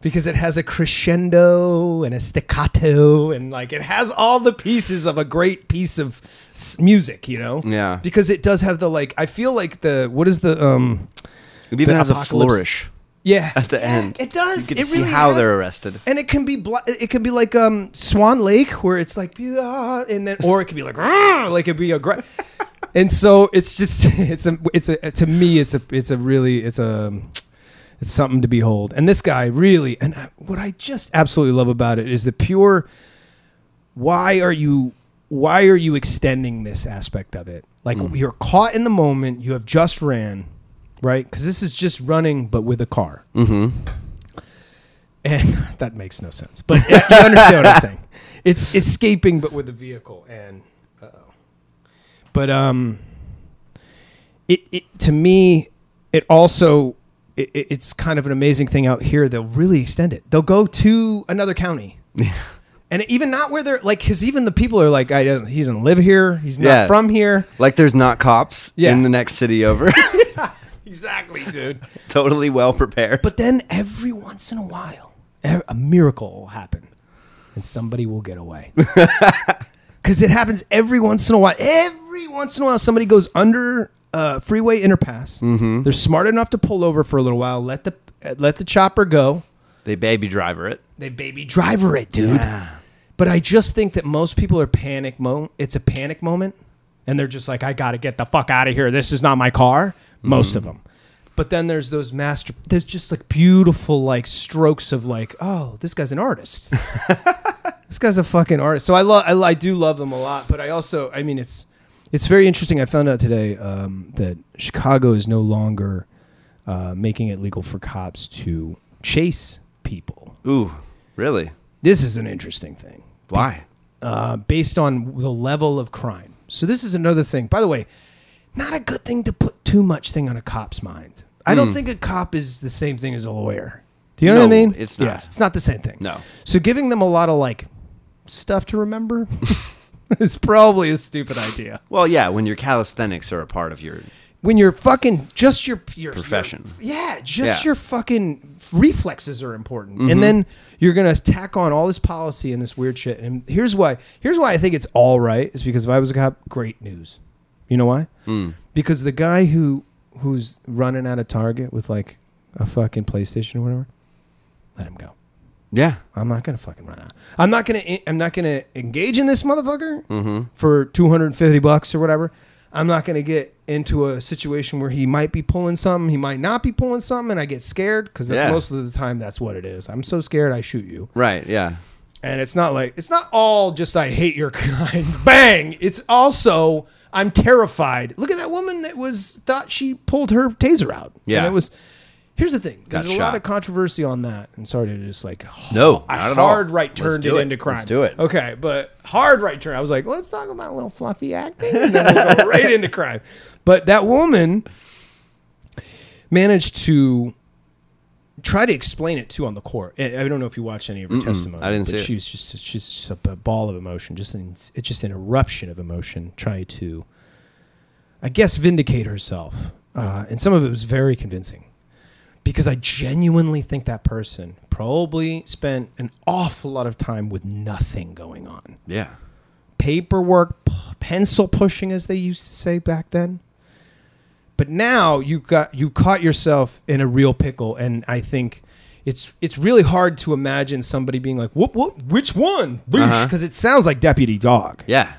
Speaker 1: because it has a crescendo and a staccato and like it has all the pieces of a great piece of s- music, you know?
Speaker 2: Yeah.
Speaker 1: Because it does have the like I feel like the what is the um
Speaker 2: It even
Speaker 1: The
Speaker 2: has a
Speaker 1: apocalypse.
Speaker 2: flourish
Speaker 1: yeah
Speaker 2: at the
Speaker 1: Yeah,
Speaker 2: end.
Speaker 1: It does.
Speaker 2: You can
Speaker 1: it
Speaker 2: see
Speaker 1: really
Speaker 2: how
Speaker 1: has.
Speaker 2: they're arrested.
Speaker 1: And it can be bl- it can be like um Swan Lake where it's like "Ah," and then or it could be like "Argh," like it'd be a gr- and so it's just it's a it's a to me it's a it's a really it's a it's something to behold. And this guy really and I, what I just absolutely love about it is the pure why are you why are you extending this aspect of it like you're caught in the moment you have just ran right because this is just running but with a car mm-hmm and that makes no sense but you understand what i'm saying it's escaping but with a vehicle and uh-oh but um it, it to me it also it, it- it's kind of an amazing thing out here they'll really extend it they'll go to another county and even not where they're like because even the people are like I don't, he doesn't live here he's not
Speaker 2: Yeah.
Speaker 1: from here
Speaker 2: Like there's not cops
Speaker 1: Yeah.
Speaker 2: in the next city over.
Speaker 1: exactly dude
Speaker 2: totally well prepared.
Speaker 1: but then every once in a while e- a miracle will happen and somebody will get away because it happens every once in a while every once in a while somebody goes under a freeway interpass they're smart enough to pull over for a little while let the uh, let the chopper go
Speaker 2: they baby driver it.
Speaker 1: they baby driver it, dude. But I just think that most people are panic mo. It's a panic moment, and they're just like, "I gotta get the fuck out of here. This is not my car." Most of them. But then there's those master. There's just like beautiful like strokes of like, "Oh, this guy's an artist. this guy's a fucking artist." So I love. I, lo- I do love them a lot. But I also, I mean, it's it's very interesting. I found out today um, that Chicago is no longer uh, making it legal for cops to chase people
Speaker 2: Ooh, really?
Speaker 1: this is an interesting thing
Speaker 2: Why?
Speaker 1: uh, based on the level of crime. So this is another thing. By the way, not a good thing to put too much thing on a cop's mind. I don't think a cop is the same thing as a lawyer. Do you know what I
Speaker 2: Hmm. No,
Speaker 1: mean?
Speaker 2: it's
Speaker 1: Yeah,
Speaker 2: not.
Speaker 1: it's not the same thing.
Speaker 2: No.
Speaker 1: So giving them a lot of like stuff to remember is probably a stupid idea.
Speaker 2: Well, yeah, when your calisthenics are a part of your
Speaker 1: When you're fucking just your your your-
Speaker 2: profession.
Speaker 1: yeah, just
Speaker 2: Yeah. Mm-hmm.
Speaker 1: your fucking f- reflexes are important. And then you're gonna tack on all this policy and this weird shit. And here's why. Here's why I think it's all right is because if I was a cop, great news. You know why?
Speaker 2: Mm.
Speaker 1: Because the guy who who's running out of Target with like a fucking PlayStation or whatever, let him go.
Speaker 2: Yeah.
Speaker 1: I'm not gonna fucking run out. I'm not gonna. I'm not gonna engage in this motherfucker for 250 bucks or whatever. I'm not gonna get into a situation where he might be pulling something, he might not be pulling something, and I get scared because that's
Speaker 2: Yeah.
Speaker 1: most of the time that's what it is. I'm so scared I shoot you,
Speaker 2: Right, yeah.
Speaker 1: and it's not like it's not all just I hate your kind. Bang! It's also I'm terrified. Look at that woman that was thought she pulled her taser out.
Speaker 2: Yeah.
Speaker 1: and it was. Here's the thing. There's a lot
Speaker 2: shot.
Speaker 1: of controversy on that. I'm sorry to just like "Oh,
Speaker 2: No,
Speaker 1: I
Speaker 2: not at all.
Speaker 1: hard right
Speaker 2: Let's
Speaker 1: turned it,
Speaker 2: do it.
Speaker 1: into crime.
Speaker 2: Let's do it.
Speaker 1: Okay, but hard right turn. I was like, let's talk about a little fluffy acting, and then we'll go right into crime. But that woman managed to try to explain it too on the court. I I don't know if you watched any of her testimony.
Speaker 2: I didn't
Speaker 1: but
Speaker 2: see it.
Speaker 1: she was just she's just a ball of emotion, just an it's just an eruption of emotion, trying to, I guess, vindicate herself. Uh, and some of it was very convincing because I genuinely think that person probably spent an awful lot of time with nothing going on.
Speaker 2: Yeah.
Speaker 1: Paperwork, p- pencil pushing, as they used to say back then. But now you got you caught yourself in a real pickle, and I think it's it's really hard to imagine somebody being like, "Whoop whoop, which one?" Because
Speaker 2: Uh-huh.
Speaker 1: it sounds like Deputy Dog.
Speaker 2: Yeah.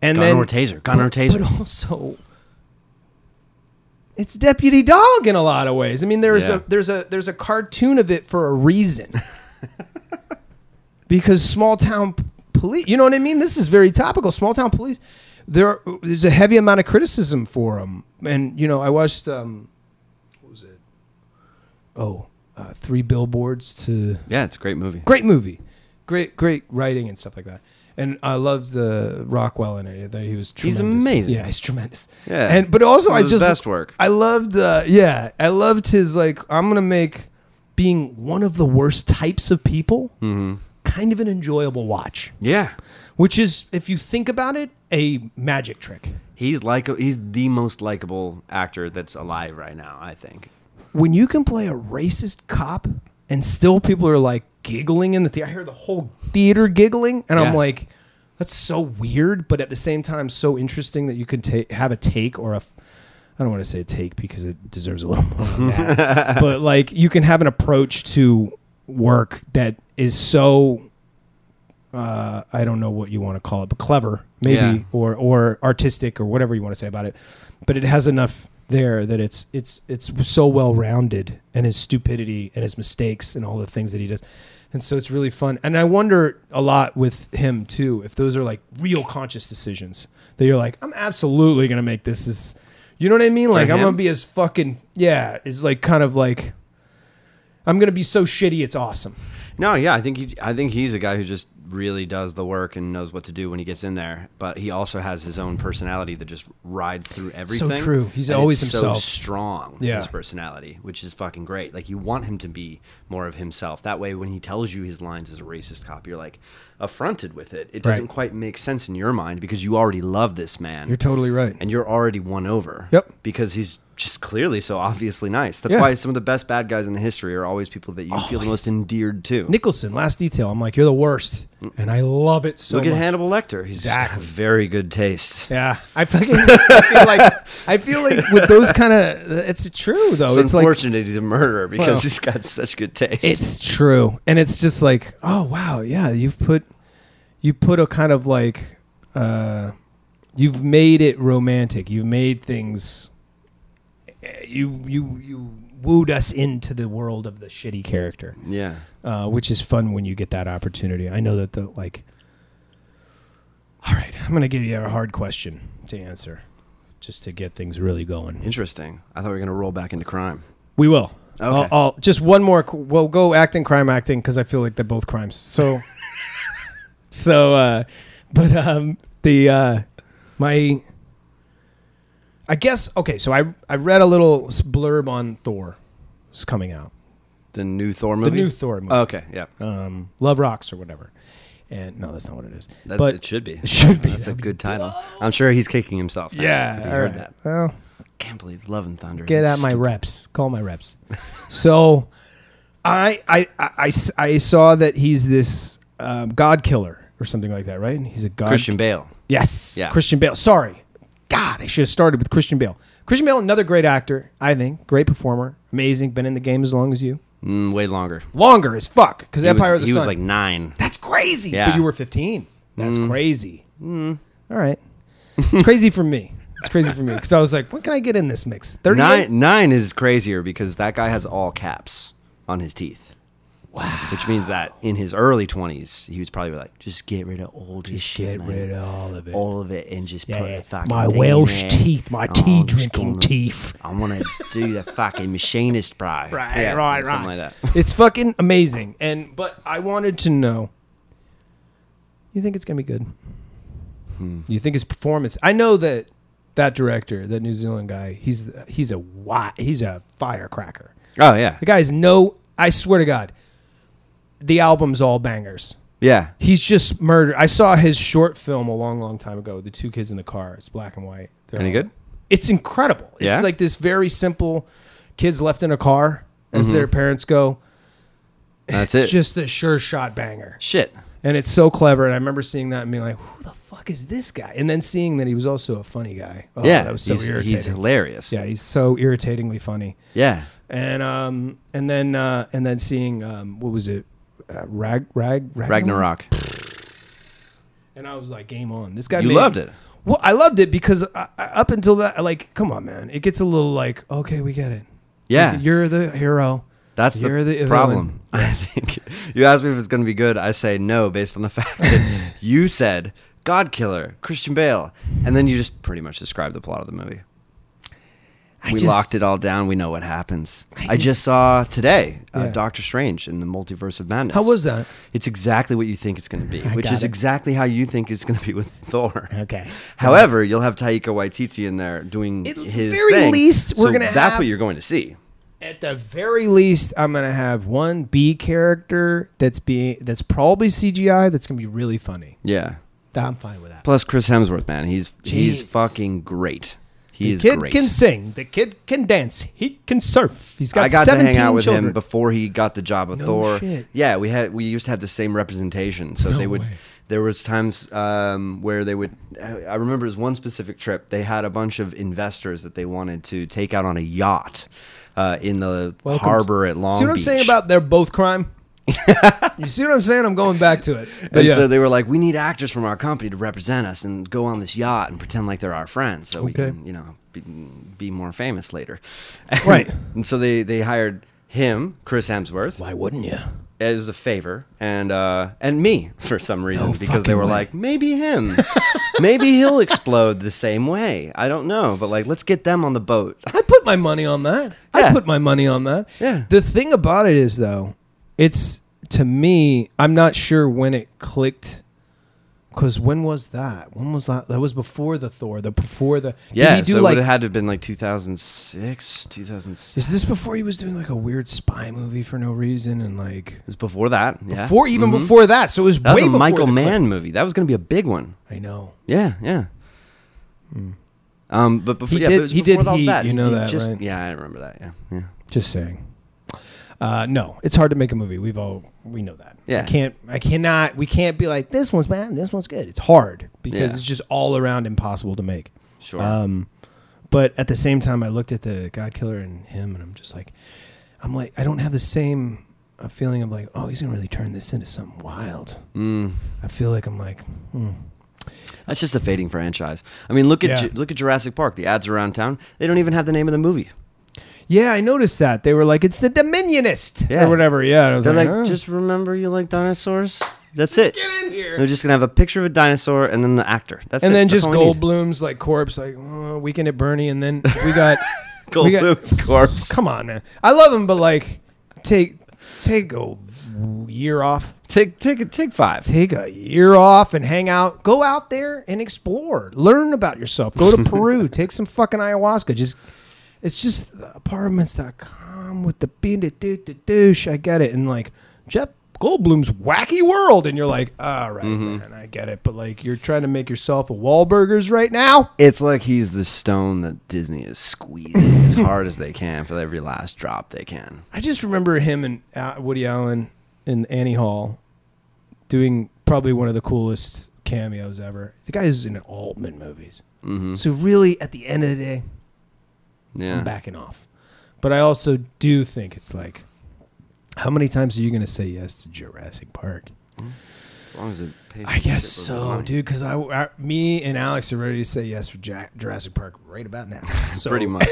Speaker 1: And
Speaker 2: Gun
Speaker 1: then
Speaker 2: or taser, gun
Speaker 1: but,
Speaker 2: or taser.
Speaker 1: But also, it's Deputy Dog in a lot of ways. I mean, there's
Speaker 2: Yeah.
Speaker 1: a there's a there's a cartoon of it for a reason. because small town police, you know what I mean. This is very topical. Small town police. there there's a heavy amount of criticism for him. And you know, I watched um, what was it? Oh, uh, three billboards to
Speaker 2: Yeah, it's a great movie.
Speaker 1: great movie, great great writing and stuff like that. And I loved the Rockwell in it. He was
Speaker 2: He's
Speaker 1: tremendous.
Speaker 2: amazing.
Speaker 1: Yeah, he's tremendous.
Speaker 2: Yeah.
Speaker 1: and but also
Speaker 2: Some
Speaker 1: I
Speaker 2: of his
Speaker 1: just
Speaker 2: best work.
Speaker 1: I loved, uh, yeah, I loved his like. I'm gonna make being one of the worst types of people
Speaker 2: Mm-hmm.
Speaker 1: kind of an enjoyable watch,
Speaker 2: Yeah.
Speaker 1: which is, if you think about it, a magic trick.
Speaker 2: He's like he's the most likable actor that's alive right now, I think.
Speaker 1: When you can play a racist cop and still people are like giggling in the theater, I hear the whole theater giggling, and I'm
Speaker 2: Yeah.
Speaker 1: like, that's so weird, but at the same time, so interesting that you can ta- have a take or a. F- I don't want to say a take because it deserves a little more than that. but like you can have an approach to work that is so uh, I don't know what you want to call it, but clever maybe
Speaker 2: Yeah.
Speaker 1: or or artistic or whatever you want to say about it. But it has enough there that it's it's it's so well rounded and his stupidity and his mistakes and all the things that he does. And so it's really fun. And I wonder a lot with him too if those are like real conscious decisions that you're like I'm absolutely going to make this as you know what I mean? Like I'm
Speaker 2: him?
Speaker 1: going to be as fucking yeah, is like kind of like I'm going to be so shitty it's awesome.
Speaker 2: No, yeah, I think he, I think he's a guy who just really does the work and knows what to do when he gets in there. But he also has his own personality that just rides through everything.
Speaker 1: true. He's
Speaker 2: And it's
Speaker 1: always
Speaker 2: so
Speaker 1: himself.
Speaker 2: strong.
Speaker 1: Yeah.
Speaker 2: his personality, which is fucking great. Like you want him to be more of himself. That way, when he tells you his lines as a racist cop, you're like affronted with it. It doesn't
Speaker 1: Right.
Speaker 2: quite make sense in your mind because you already love this man.
Speaker 1: You're totally right.
Speaker 2: and you're already won over.
Speaker 1: Yep.
Speaker 2: Because he's just clearly so obviously nice. That's
Speaker 1: Yeah.
Speaker 2: why some of the best bad guys in the history are always people that you feel the most endeared to.
Speaker 1: Nicholson, last detail. I'm like, you're the worst, and I love it so
Speaker 2: Mm. Look at
Speaker 1: much.
Speaker 2: Hannibal Lecter. He's
Speaker 1: Exactly.
Speaker 2: just got very good taste.
Speaker 1: Yeah, I fucking I feel like I feel like with those kind of it's true though.
Speaker 2: It's,
Speaker 1: It's, like
Speaker 2: unfortunate he's a murderer because
Speaker 1: Well-
Speaker 2: he's got such good taste.
Speaker 1: it's true, and it's just like oh wow, yeah, you've put you put a kind of like uh, you've made it romantic. You've made things eh, you you you wooed us into the world of the shitty character.
Speaker 2: yeah.
Speaker 1: uh, which is fun when you get that opportunity. I know that the like. All right, I'm gonna give you a hard question to answer, just to get things really going.
Speaker 2: Interesting. I thought we were going to roll back into crime.
Speaker 1: We will.
Speaker 2: Okay.
Speaker 1: I'll, I'll- just one more. qu- We'll go acting, crime, acting, because I feel like they're both crimes. So, so, uh, but um, the uh, my, I guess okay. So I I read a little s- blurb on Thor, it's coming out
Speaker 2: The new Thor movie?
Speaker 1: the new Thor movie,
Speaker 2: Okay, yeah.
Speaker 1: um, Love Rocks or whatever. And no, that's not what it is.
Speaker 2: That's,
Speaker 1: but
Speaker 2: it should be.
Speaker 1: It should be.
Speaker 2: That's a
Speaker 1: That'd be
Speaker 2: good title. I'm sure he's kicking himself. now,
Speaker 1: Yeah.
Speaker 2: If you
Speaker 1: all
Speaker 2: heard
Speaker 1: right.
Speaker 2: that.
Speaker 1: Well,
Speaker 2: Can't believe Love and Thunder.
Speaker 1: get
Speaker 2: That's
Speaker 1: at my
Speaker 2: stupid.
Speaker 1: reps. Call my reps. so, I, I I- I s- I saw that he's this um, God killer or something like that, right? He's a God.
Speaker 2: Christian Bale.
Speaker 1: Yes.
Speaker 2: Yeah.
Speaker 1: Christian Bale. Sorry. God, I should have started with Christian Bale. Christian Bale, another great actor, I think. Great performer. Amazing. Been in the game as long as you.
Speaker 2: Mm, way longer.
Speaker 1: Longer as fuck. Because
Speaker 2: He was-
Speaker 1: Empire of the
Speaker 2: He
Speaker 1: Sun.
Speaker 2: was like nine.
Speaker 1: That's crazy.
Speaker 2: Yeah. Mm.
Speaker 1: But you were 15. That's crazy. All right. It's crazy for me. It's crazy for me because I was like, when can I get in this mix? 38?
Speaker 2: Nine nine is crazier because that guy has all caps on his teeth. Wow. Which means that in his early twenties, he was probably like, just get rid of all this
Speaker 1: Get
Speaker 2: shit, man.
Speaker 1: rid of all of it.
Speaker 2: all of it, and just
Speaker 1: Yeah,
Speaker 2: put
Speaker 1: yeah.
Speaker 2: a fucking
Speaker 1: My
Speaker 2: thing in
Speaker 1: Welsh
Speaker 2: there. Oh,
Speaker 1: teeth, my
Speaker 2: I'm
Speaker 1: tea
Speaker 2: just
Speaker 1: drinking
Speaker 2: gonna-
Speaker 1: teeth.
Speaker 2: I want to do the fucking machinist bry.
Speaker 1: Right,
Speaker 2: Yeah,
Speaker 1: right, right.
Speaker 2: something like that.
Speaker 1: it's fucking amazing. And but I wanted to know. You think it's gonna be good?
Speaker 2: Hmm.
Speaker 1: You think his performance? I know that that director, that New Zealand guy, he's he's a wi- he's a firecracker.
Speaker 2: Oh yeah,
Speaker 1: The guy's no. I swear to God, the album's all bangers.
Speaker 2: yeah.
Speaker 1: He's just murdered. I saw his short film a long, long time ago. The two kids in the car. It's black and white. They're
Speaker 2: Any
Speaker 1: all-
Speaker 2: good?
Speaker 1: It's incredible. It's
Speaker 2: Yeah?
Speaker 1: like this very simple. Kids left in a car as their parents go.
Speaker 2: Mm-hmm. That's
Speaker 1: it's
Speaker 2: it.
Speaker 1: just a sure shot banger,
Speaker 2: Shit.
Speaker 1: and it's so clever. And I remember seeing that and being like, "Who the fuck is this guy?" And then seeing that he was also a funny guy. Oh,
Speaker 2: yeah,
Speaker 1: that was so
Speaker 2: he's,
Speaker 1: irritating.
Speaker 2: he's hilarious.
Speaker 1: yeah, he's so irritatingly funny
Speaker 2: yeah.
Speaker 1: and um and then uh and then seeing um what was it uh, rag rag
Speaker 2: Ragnarok.
Speaker 1: and i was like game on this guy
Speaker 2: You
Speaker 1: made-
Speaker 2: loved it.
Speaker 1: well i loved it because I, I, up until that like come on man it gets a little like okay we get it
Speaker 2: Yeah.
Speaker 1: Like, you're the hero
Speaker 2: That's
Speaker 1: You're the
Speaker 2: the,
Speaker 1: villain.
Speaker 2: problem. I think you asked me if it's going to be good. I say no based on the fact that you said God Killer, Christian Bale, and then you just pretty much describe the plot of the movie.
Speaker 1: I
Speaker 2: we
Speaker 1: just-
Speaker 2: locked it all down. We know what happens. I just,
Speaker 1: just-
Speaker 2: saw today uh,
Speaker 1: Yeah.
Speaker 2: Doctor Strange in the Multiverse of Madness.
Speaker 1: How was that?
Speaker 2: It's exactly what you think it's going to be,
Speaker 1: I
Speaker 2: which
Speaker 1: got
Speaker 2: is
Speaker 1: it.
Speaker 2: exactly how you think it's going to be with Thor.
Speaker 3: Okay.
Speaker 2: However, you'll have Taika Waititi in there doing
Speaker 1: At
Speaker 2: his
Speaker 1: very
Speaker 2: thing,
Speaker 1: least, we're
Speaker 2: so
Speaker 1: gonna
Speaker 2: That's
Speaker 1: have-
Speaker 2: what you're going to see.
Speaker 1: At the very least, I'm gonna have one B character that's being that's probably CGI that's gonna be really funny.
Speaker 2: Yeah.
Speaker 1: I'm fine with that.
Speaker 2: Plus Chris Hemsworth, man, he's he's
Speaker 1: Jesus.
Speaker 2: fucking great. He
Speaker 1: the
Speaker 2: is
Speaker 1: kid
Speaker 2: great.
Speaker 1: can sing. The kid can dance. He can surf. He's got
Speaker 2: I got to
Speaker 1: 17
Speaker 2: hang out with
Speaker 1: children.
Speaker 2: him before he got the job of
Speaker 1: No
Speaker 2: Thor.
Speaker 1: shit.
Speaker 2: Yeah, we had we used to have the same representation, so they would.
Speaker 1: way.
Speaker 2: There was times um, where they would. I remember it was one specific trip. They had a bunch of investors that they wanted to take out on a yacht uh, in the
Speaker 1: Welcome to-
Speaker 2: harbor at Long
Speaker 1: See what I'm
Speaker 2: Beach.
Speaker 1: saying about they're both crime? you see what I'm saying? I'm going back to it. But
Speaker 2: and
Speaker 1: yeah.
Speaker 2: so they were like, "We need actors from our company to represent us and go on this yacht and pretend like they're our friends, so we
Speaker 1: Okay.
Speaker 2: can, you know, be, be more famous later."
Speaker 1: Right.
Speaker 2: and so they they hired him, Chris Hemsworth,
Speaker 1: Why wouldn't you?
Speaker 2: it was a favor and uh and me for some reason
Speaker 1: No
Speaker 2: because they
Speaker 1: fucking
Speaker 2: were
Speaker 1: way.
Speaker 2: like maybe him maybe he'll explode the same way i don't know but like let's get them on the boat
Speaker 1: I put my money on that.
Speaker 2: Yeah.
Speaker 1: I put my money on that.
Speaker 2: Yeah.
Speaker 1: The thing about it is though, it's to me, I'm not sure when it clicked. Cause when was that? When was that? That was before the Thor. The before the did
Speaker 2: yeah
Speaker 1: He do
Speaker 2: so
Speaker 1: like
Speaker 2: it had to have been like 2006 2006
Speaker 1: is this before he was doing like a weird spy movie for no reason and like
Speaker 2: it's before that yeah Mm-hmm.
Speaker 1: before even before that? So it was
Speaker 2: that
Speaker 1: way
Speaker 2: was a
Speaker 1: before
Speaker 2: michael
Speaker 1: the click.
Speaker 2: mann movie that was gonna be a big one
Speaker 1: I know.
Speaker 2: yeah yeah um but before
Speaker 1: Hmm. He
Speaker 2: yeah,
Speaker 1: did-
Speaker 2: but it was
Speaker 1: he
Speaker 2: before
Speaker 1: did
Speaker 2: all
Speaker 1: Heat,
Speaker 2: that
Speaker 1: you
Speaker 2: He
Speaker 1: know
Speaker 2: did
Speaker 1: that,
Speaker 2: just-
Speaker 1: right?
Speaker 2: yeah i remember that yeah yeah
Speaker 1: Just saying. Uh, no, it's hard to make a movie. We've all we know that. I
Speaker 2: Yeah.
Speaker 1: can't. I cannot. We can't be like this one's bad. and This one's good. It's hard because
Speaker 2: Yeah.
Speaker 1: it's just all around impossible to make.
Speaker 2: sure
Speaker 1: Um, but at the same time, I looked at the God Killer and him, and I'm just like, I'm like, I don't have the same uh, feeling of like, oh, he's gonna really turn this into something wild.
Speaker 2: mm.
Speaker 1: I feel like I'm like, hmm.
Speaker 2: That's just a fading franchise. I mean, look at
Speaker 1: Yeah.
Speaker 2: Ju- look at Jurassic Park. The ads around town. They don't even have the name of the movie.
Speaker 1: yeah, I noticed that they were like, it's the Dominionist
Speaker 2: Yeah.
Speaker 1: or whatever. Yeah, and I was
Speaker 2: They're like,
Speaker 1: "Huh."
Speaker 2: just remember you like dinosaurs. That's it.
Speaker 1: get in here.
Speaker 2: They're just gonna have a picture of a dinosaur and then the actor. That's
Speaker 1: and
Speaker 2: it.
Speaker 1: then
Speaker 2: That's
Speaker 1: just
Speaker 2: all we need.
Speaker 1: Goldblum's like corpse, like oh, Weekend at Bernie, and then we got we got-
Speaker 2: Goldblum's corpse.
Speaker 1: Come on, man. I love him, but like, take take a year off,
Speaker 2: Take take a take five.
Speaker 1: take a year off, and hang out. Go out there and explore, learn about yourself. Go to Peru, take some fucking ayahuasca. Just it's just apartments.com with the bean to do to douche. I get it, and like Jeff. Goldblum's wacky world, and you're like, all right,
Speaker 2: Mm-hmm.
Speaker 1: man, I get it, but like, you're trying to make yourself a Wahlburgers right now.
Speaker 2: It's like he's the stone that Disney is squeezing as hard as they can for every last drop they can.
Speaker 1: I just remember him and uh, Woody Allen in Annie Hall doing probably one of the coolest cameos ever. The guy is in Altman movies.
Speaker 2: hmm
Speaker 1: So really, at the end of the day,
Speaker 2: Yeah.
Speaker 1: I'm backing off. But I also do think it's like, how many times are you going to say yes to Jurassic Park?
Speaker 2: As long as it pays
Speaker 1: I guess
Speaker 2: the
Speaker 1: so,
Speaker 2: money.
Speaker 1: dude. Because I, I- me and Alex are ready to say yes for Jack, Jurassic Park right about now. So
Speaker 2: Pretty much.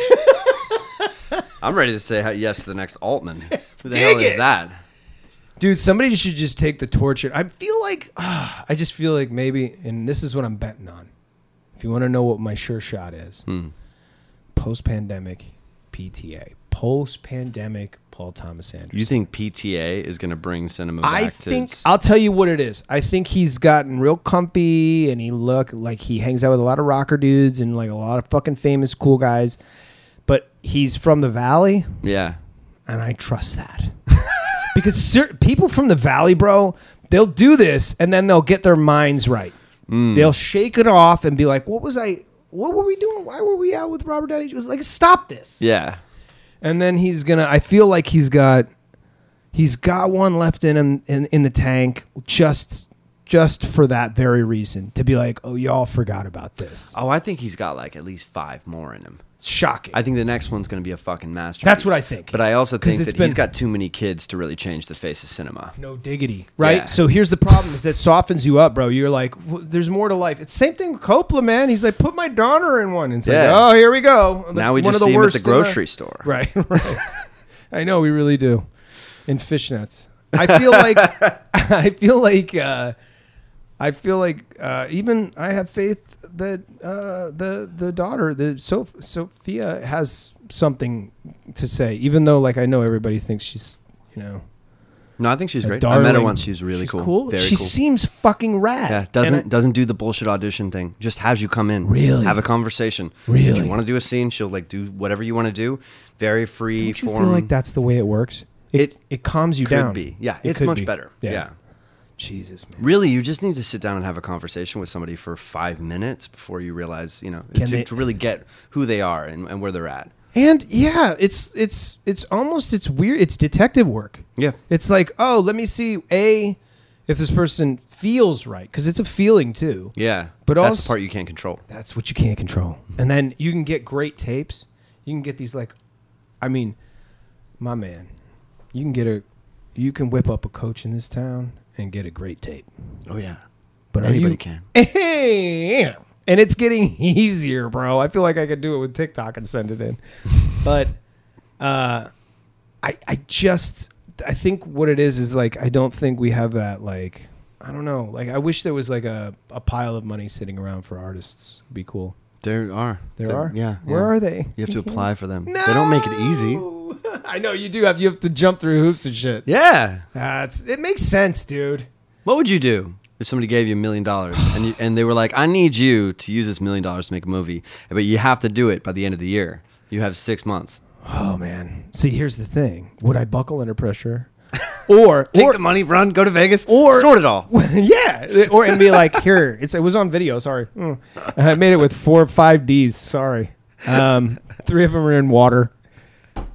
Speaker 2: I'm ready to say hi- yes to the next Altman. Who the
Speaker 1: Dig
Speaker 2: hell is
Speaker 1: it.
Speaker 2: that?
Speaker 1: Dude, somebody should just take the torture. I feel like ah, I just feel like maybe, and this is what I'm betting on. If you want to know what my sure shot is,
Speaker 2: Hmm.
Speaker 1: post-pandemic PTA, post-pandemic Paul Thomas Anderson.
Speaker 2: You think PTA is going to bring cinema back
Speaker 1: I
Speaker 2: to
Speaker 1: think
Speaker 2: its-
Speaker 1: I'll tell you what it is. I think he's gotten real comfy and he look like he hangs out with a lot of rocker dudes and like a lot of fucking famous cool guys. But he's from the valley
Speaker 2: yeah.
Speaker 1: and I trust that. because cer- people from the valley, bro, they'll do this and then they'll get their minds right.
Speaker 2: Mm.
Speaker 1: They'll shake it off and be like, "What was I? What were we doing? Why were we out with Robert Downey?" It was like, "Stop this!"
Speaker 2: Yeah.
Speaker 1: And then he's gonna. I feel like he's got, he's got one left in him in, in the tank just just for that very reason to be like, "Oh, y'all forgot about this."
Speaker 2: Oh, I think he's got like at least five more in him.
Speaker 1: It's shocking.
Speaker 2: I think the next one's going to be a fucking masterpiece.
Speaker 1: That's what I think.
Speaker 2: But I also
Speaker 1: 'Cause
Speaker 2: think
Speaker 1: it's
Speaker 2: that he's
Speaker 1: been-
Speaker 2: got too many kids to really change the face of cinema.
Speaker 1: no diggity, right?
Speaker 2: Yeah.
Speaker 1: So here's the problem: is that softens you up, bro. You're like, w- there's more to life. It's same thing with Coppola, man. He's like, put my daughter in one. And it's
Speaker 2: Yeah.
Speaker 1: like, oh, here we go. The-
Speaker 2: now we
Speaker 1: one
Speaker 2: just
Speaker 1: of the
Speaker 2: see him at the
Speaker 1: worst in
Speaker 2: grocery store.
Speaker 1: Right, right. I know we really do. In fishnets, I feel like I feel like uh, I feel like uh, even I have faith that uh, the the daughter, the Sof- Sophia, has something to say. Even though, like, I know everybody thinks she's, you know,
Speaker 2: No, I think she's
Speaker 1: A
Speaker 2: great. I met her
Speaker 1: darling.
Speaker 2: once. She's really
Speaker 1: she's
Speaker 2: cool.
Speaker 1: cool.
Speaker 2: Very
Speaker 1: she
Speaker 2: cool.
Speaker 1: seems fucking rad.
Speaker 2: Yeah,
Speaker 1: And
Speaker 2: doesn't
Speaker 1: I-
Speaker 2: doesn't do the bullshit audition thing. Just has you come in.
Speaker 1: Really?
Speaker 2: Have a conversation. If
Speaker 1: Really?
Speaker 2: you want to do a scene, she'll like do whatever you want to do. Very free
Speaker 1: Don't you
Speaker 2: form.
Speaker 1: feel like that's the way it works?
Speaker 2: It
Speaker 1: It it calms you
Speaker 2: Could
Speaker 1: down.
Speaker 2: be. Yeah,
Speaker 1: It
Speaker 2: it's
Speaker 1: could
Speaker 2: much
Speaker 1: be.
Speaker 2: better. yeah.
Speaker 1: Jesus, man.
Speaker 2: Really, you just need to sit down and have a conversation with somebody for five minutes before you realize, you know, to,
Speaker 1: Can they-
Speaker 2: to really get who they are and, and where they're at.
Speaker 1: And yeah, it's it's it's almost it's weird. It's detective work.
Speaker 2: Yeah.
Speaker 1: It's like, oh, let me see a if this person feels right because it's a feeling too.
Speaker 2: Yeah.
Speaker 1: But
Speaker 2: that's the
Speaker 1: also-
Speaker 2: part you can't control.
Speaker 1: That's what you can't control. And then you can get great tapes. You can get these like, I mean, my man, you can get a, you can whip up a coach in this town and get a great tape.
Speaker 2: Oh yeah.
Speaker 1: But are
Speaker 2: Anybody
Speaker 1: you-
Speaker 2: can.
Speaker 1: and it's getting easier, bro. I feel like I could do it with TikTok and send it in. But uh I I just I think what it is is like I don't think we have that like I don't know. Like I wish there was like a, a pile of money sitting around for artists. It'd be cool.
Speaker 2: There are.
Speaker 1: There are?
Speaker 2: Yeah.
Speaker 1: Where
Speaker 2: yeah.
Speaker 1: are they?
Speaker 2: You have to apply for them.
Speaker 1: No.
Speaker 2: They don't make it easy.
Speaker 1: I know you do have you have to jump through hoops and shit.
Speaker 2: Yeah.
Speaker 1: That's it makes sense, dude.
Speaker 2: What would you do if somebody gave you a million dollars and you, and they were like, "I need you to use this million dollars to make a movie, but you have to do it by the end of the year. You have six months.
Speaker 1: Oh man. See, here's the thing. Would I buckle under pressure? Or
Speaker 2: Take
Speaker 1: or
Speaker 2: the money, run, go to Vegas,
Speaker 1: or-
Speaker 2: snort it all."
Speaker 1: yeah, or and be like, here, it's it was on video. Sorry, Mm. I made it with four or five D's. Sorry, um, three of them are in water.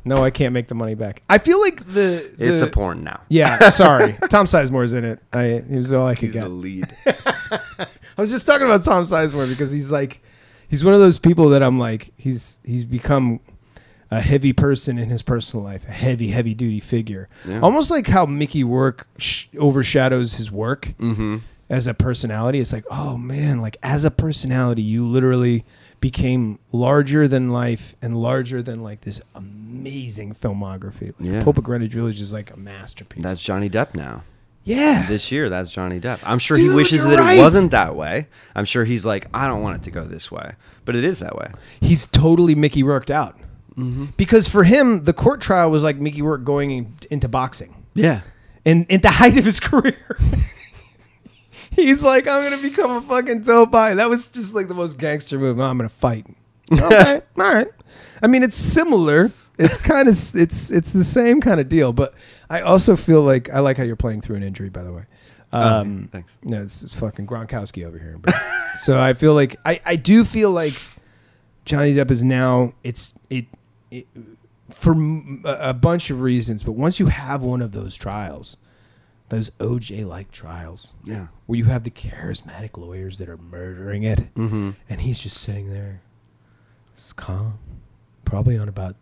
Speaker 1: No, I can't make the money back. I feel like the,
Speaker 2: It's
Speaker 1: the-
Speaker 2: a porn now.
Speaker 1: Yeah, sorry. Tom Sizemore's in it. I he was all I could
Speaker 2: He's
Speaker 1: get.
Speaker 2: the lead.
Speaker 1: I was just talking about Tom Sizemore because he's like, he's one of those people that I'm like, he's he's become a heavy person in his personal life, a heavy, heavy duty figure,
Speaker 2: Yeah.
Speaker 1: almost like how Mickey Rourke sh- overshadows his work
Speaker 2: Mm-hmm.
Speaker 1: as a personality. It's like, oh man, like as a personality, you literally became larger than life and larger than like this amazing filmography. Like
Speaker 2: Yeah.
Speaker 1: Pope of Greenwich Village is like a masterpiece.
Speaker 2: That's Johnny Depp now.
Speaker 1: yeah.
Speaker 2: This year, that's Johnny Depp. I'm sure he
Speaker 1: Dude,
Speaker 2: wishes
Speaker 1: you're
Speaker 2: that
Speaker 1: right.
Speaker 2: it wasn't that way. I'm sure he's like, I don't want it to go this way, but it is that way.
Speaker 1: he's totally Mickey Rourke out. Because for him, the court trial was like Mickey Rourke going in, into boxing,
Speaker 2: Yeah.
Speaker 1: and at the height of his career, he's like, "I'm gonna become a fucking dope guy." That was just like the most gangster move. "Oh, I'm gonna fight. okay, all right. I mean, it's similar. It's kind of it's it's the same kind of deal. But I also feel like I like how you're playing through an injury. By the way, um,
Speaker 2: Thanks.
Speaker 1: no, it's, it's fucking Gronkowski over here. bro. so I feel like I, I do feel like Johnny Depp is now it's it, it for m- a a bunch of reasons. But once you have one of those trials, those OJ like trials,
Speaker 2: Yeah.
Speaker 1: where you have the charismatic lawyers that are murdering it,
Speaker 2: Mm-hmm.
Speaker 1: and he's just sitting there, it's calm, probably on about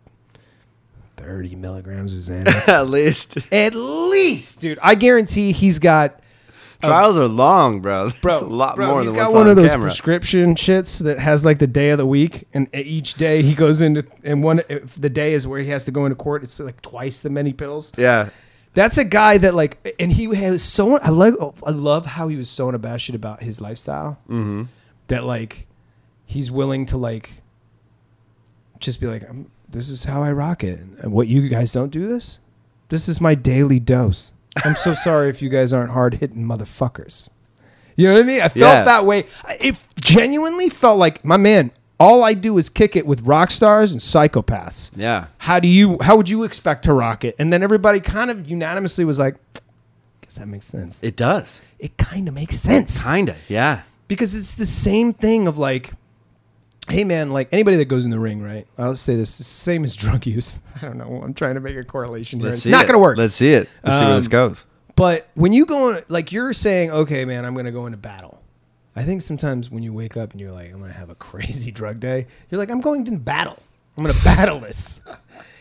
Speaker 1: thirty milligrams of Xanax.
Speaker 2: At least
Speaker 1: At least, dude, I guarantee he's got
Speaker 2: trials are long, bro. There's
Speaker 1: bro,
Speaker 2: a lot
Speaker 1: bro,
Speaker 2: more
Speaker 1: he's
Speaker 2: than
Speaker 1: got
Speaker 2: what's
Speaker 1: one
Speaker 2: on
Speaker 1: of those
Speaker 2: camera.
Speaker 1: prescription shits that has like the day of the week, and e- each day he goes into and one if the day is where he has to go into court. It's like twice the many pills.
Speaker 2: yeah.
Speaker 1: That's a guy that like, and he was so I like I love how he was so unabashed about his lifestyle that like he's willing to like just be like, i this is how I rock it. And what you guys don't do this, this is my daily dose. I'm so sorry if you guys aren't hard hitting motherfuckers. You know what I mean? I felt
Speaker 2: Yeah.
Speaker 1: that way. I- It genuinely felt like my man. All I do is kick it with rock stars and psychopaths
Speaker 2: Yeah.
Speaker 1: how do you how would you expect to rock it and then everybody kind of unanimously was like guess that makes sense it,
Speaker 2: It does.
Speaker 1: kind of makes sense
Speaker 2: Kinda. Yeah.
Speaker 1: because it's the same thing of like hey man like anybody that goes in the ring right i'll say this it's the same as drug use i don't know i'm trying to make a correlation here it's
Speaker 2: see
Speaker 1: not
Speaker 2: it.
Speaker 1: gonna work
Speaker 2: Let's see it. Let's see where this
Speaker 1: Um,
Speaker 2: goes.
Speaker 1: but when you go in, like you're saying okay man i'm gonna go into battle i think sometimes when you wake up and you're like i'm gonna have a crazy drug day you're like i'm going to battle i'm gonna battle this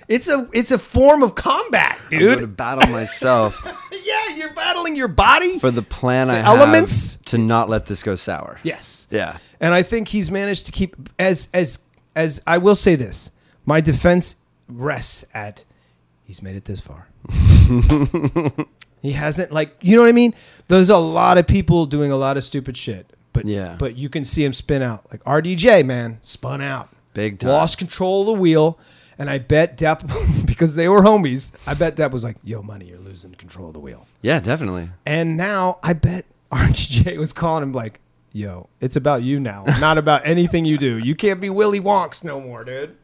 Speaker 1: it's a it's a form of combat dude
Speaker 2: I'm going to battle myself
Speaker 1: Yeah, you're battling your body.
Speaker 2: for the plan I
Speaker 1: elements?
Speaker 2: have to not let this go sour.
Speaker 1: yes.
Speaker 2: Yeah.
Speaker 1: And I think he's managed to keep as as as I will say this. My defense rests at he's made it this far. He hasn't like you know what I mean. There's a lot of people doing a lot of stupid shit, but
Speaker 2: Yeah.
Speaker 1: but you can see him spin out like RDJ man spun out
Speaker 2: Big time.
Speaker 1: lost control of the wheel, and I bet Depp because they were homies. I bet Depp was like, "Yo, money, you're losing control of the wheel."
Speaker 2: Yeah, definitely.
Speaker 1: And now I bet RDJ was calling him like, "Yo, it's about you now, not about anything you do. You can't be Willy Wonks no more, dude.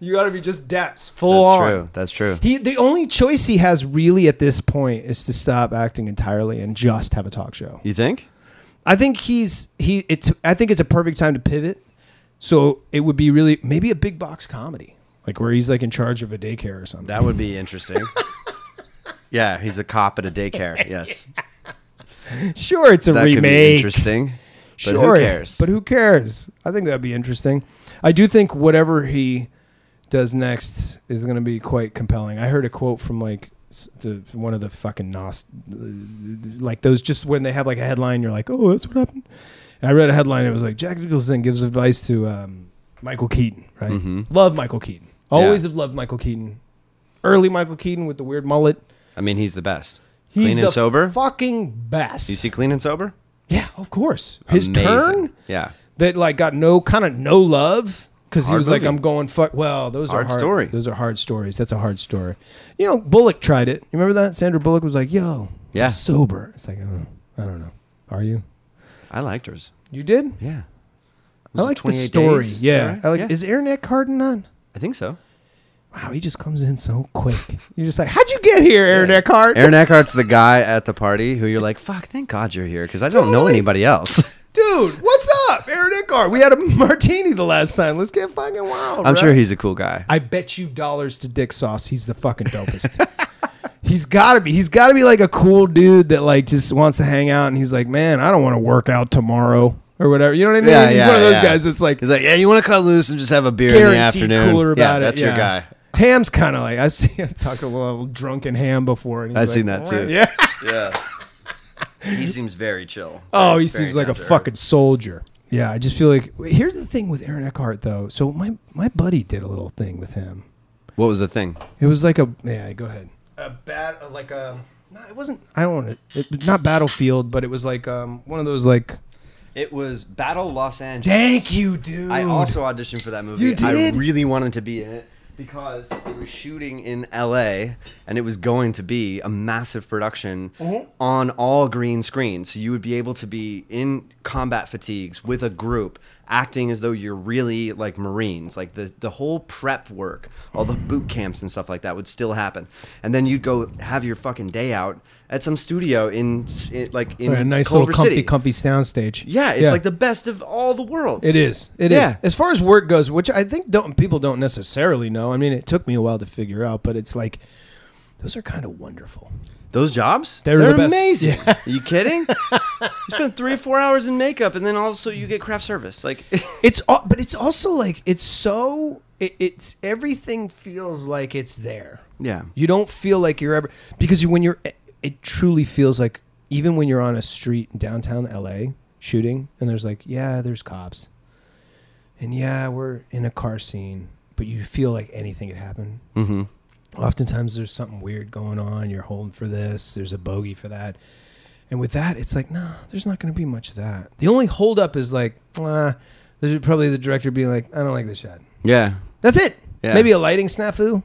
Speaker 1: You got to be just Depp's full
Speaker 2: That's
Speaker 1: on."
Speaker 2: true. That's true.
Speaker 1: He the only choice he has really at this point is to stop acting entirely and just have a talk show.
Speaker 2: You think?
Speaker 1: I think he's he it's I think it's a perfect time to pivot. So it would be really maybe a big box comedy. Like where he's like in charge of a daycare or something.
Speaker 2: That would be interesting. yeah, he's a cop at a daycare. Yes.
Speaker 1: sure, it's a
Speaker 2: That could be
Speaker 1: remake.
Speaker 2: interesting. But
Speaker 1: sure,
Speaker 2: who cares?
Speaker 1: But who cares? I think that'd be interesting. I do think whatever he does next is going to be quite compelling. I heard a quote from like s- the, one of the fucking Nos, like those just when they have like a headline, you're like, oh, that's what happened. And I read a headline. It was like Jack Nicholson gives advice to um, Michael Keaton. Right?
Speaker 2: Mm-hmm.
Speaker 1: Love Michael Keaton. Always have loved Michael Keaton. Early Michael Keaton with the weird mullet.
Speaker 2: I mean, he's the best.
Speaker 1: He's
Speaker 2: clean
Speaker 1: the
Speaker 2: and sober.
Speaker 1: Fucking best.
Speaker 2: you see, clean and sober.
Speaker 1: Yeah, of course. His
Speaker 2: Amazing.
Speaker 1: turn
Speaker 2: Yeah.
Speaker 1: that like got no kind of no love because he
Speaker 2: Hard
Speaker 1: was like,
Speaker 2: movie.
Speaker 1: "I'm going fuck." Well, those are
Speaker 2: Hard
Speaker 1: hard
Speaker 2: story.
Speaker 1: Those are hard stories. That's a hard story. You know, Bullock tried it. You remember that? Sandra Bullock was like, "Yo,
Speaker 2: Yeah.
Speaker 1: I'm sober." It's like, oh, I don't know. Are you?
Speaker 2: I liked hers.
Speaker 1: You did? I
Speaker 2: Yeah. Was it
Speaker 1: like the
Speaker 2: 28
Speaker 1: story.
Speaker 2: days?
Speaker 1: Yeah.
Speaker 2: Is that
Speaker 1: I
Speaker 2: right?
Speaker 1: like. Is Aaron Harden on?
Speaker 2: I think so.
Speaker 1: Wow, he just comes in so quick. You're just like, "How'd you get here, Aaron Eckhart?"
Speaker 2: Aaron Eckhart's the guy at the party who you're like, fuck, thank God you're here because I don't know
Speaker 1: Totally.
Speaker 2: anybody else.
Speaker 1: Dude, what's up, Aaron Eckhart? We had a martini the last time. Let's get fucking wild.
Speaker 2: I'm
Speaker 1: bro.
Speaker 2: sure he's a cool guy.
Speaker 1: I bet you dollars to dick sauce. He's the fucking dopest. he's got to be. He's got to be like a cool dude that like just wants to hang out. And he's like, man, I don't want to work out tomorrow or whatever. You know what I mean? he's one of those guys that's like
Speaker 2: he's like, yeah, you want to cut loose and just have a beer in the
Speaker 1: guaranteed
Speaker 2: afternoon.
Speaker 1: cooler
Speaker 2: yeah,
Speaker 1: about it.
Speaker 2: that's your
Speaker 1: yeah.
Speaker 2: guy.
Speaker 1: Ham's kind of like I see him talk a little drunken ham before. And he's
Speaker 2: I've
Speaker 1: like,
Speaker 2: seen that too.
Speaker 1: Yeah.
Speaker 2: Yeah. He seems very chill.
Speaker 1: Oh, he
Speaker 2: Very-
Speaker 1: seems
Speaker 2: very
Speaker 1: like a
Speaker 2: down to
Speaker 1: fucking soldier. Yeah, I just feel like here's the thing with Aaron Eckhart though. So my my buddy did a little thing with him.
Speaker 2: earth. What was the thing?
Speaker 1: It was like a yeah. Go ahead. A bat, uh, like a. No, it wasn't. I don't want it. it. Not battlefield, but it was like um one of those like.
Speaker 2: It was Battle Los Angeles.
Speaker 1: Thank you, dude.
Speaker 2: I also auditioned for that movie.
Speaker 1: You did?
Speaker 2: I really wanted to be in it because it was shooting in LA and it was going to be a massive production
Speaker 1: Uh-huh.
Speaker 2: on all green screen. So you would be able to be in combat fatigues with a group acting as though you're really like Marines. Like the the whole prep work, all the boot camps and stuff like that would still happen. And then you'd go have your fucking day out at some studio in, in like in
Speaker 1: Right, a nice
Speaker 2: Culver
Speaker 1: little comfy,
Speaker 2: City.
Speaker 1: comfy soundstage.
Speaker 2: yeah, it's like the best of all the worlds.
Speaker 1: It is. It is.
Speaker 2: Yeah.
Speaker 1: As far as work goes, which I think don't people don't necessarily know. I mean, it took me a while to figure out, but it's like those are kind of wonderful.
Speaker 2: Those jobs?
Speaker 1: They're the best.
Speaker 2: amazing. Are you kidding? you spend three, four hours in makeup and then also you get craft service. Like
Speaker 1: It's all, but it's also like it's so it, it's everything feels like it's there.
Speaker 2: Yeah.
Speaker 1: You don't feel like you're ever because you, when you're it truly feels like even when you're on a street in downtown LA shooting and there's like yeah, there's cops. And yeah, we're in a car scene, but you feel like anything could happen.
Speaker 2: Mm-hmm.
Speaker 1: Oftentimes there's something weird going on, you're holding for this, there's a bogey for that. And with that, it's like, nah, there's not going to be much of that. The only holdup is like, uh, there's probably the director being like, I don't like this shot.
Speaker 2: Yeah.
Speaker 1: That's it.
Speaker 2: Yeah.
Speaker 1: Maybe a lighting snafu.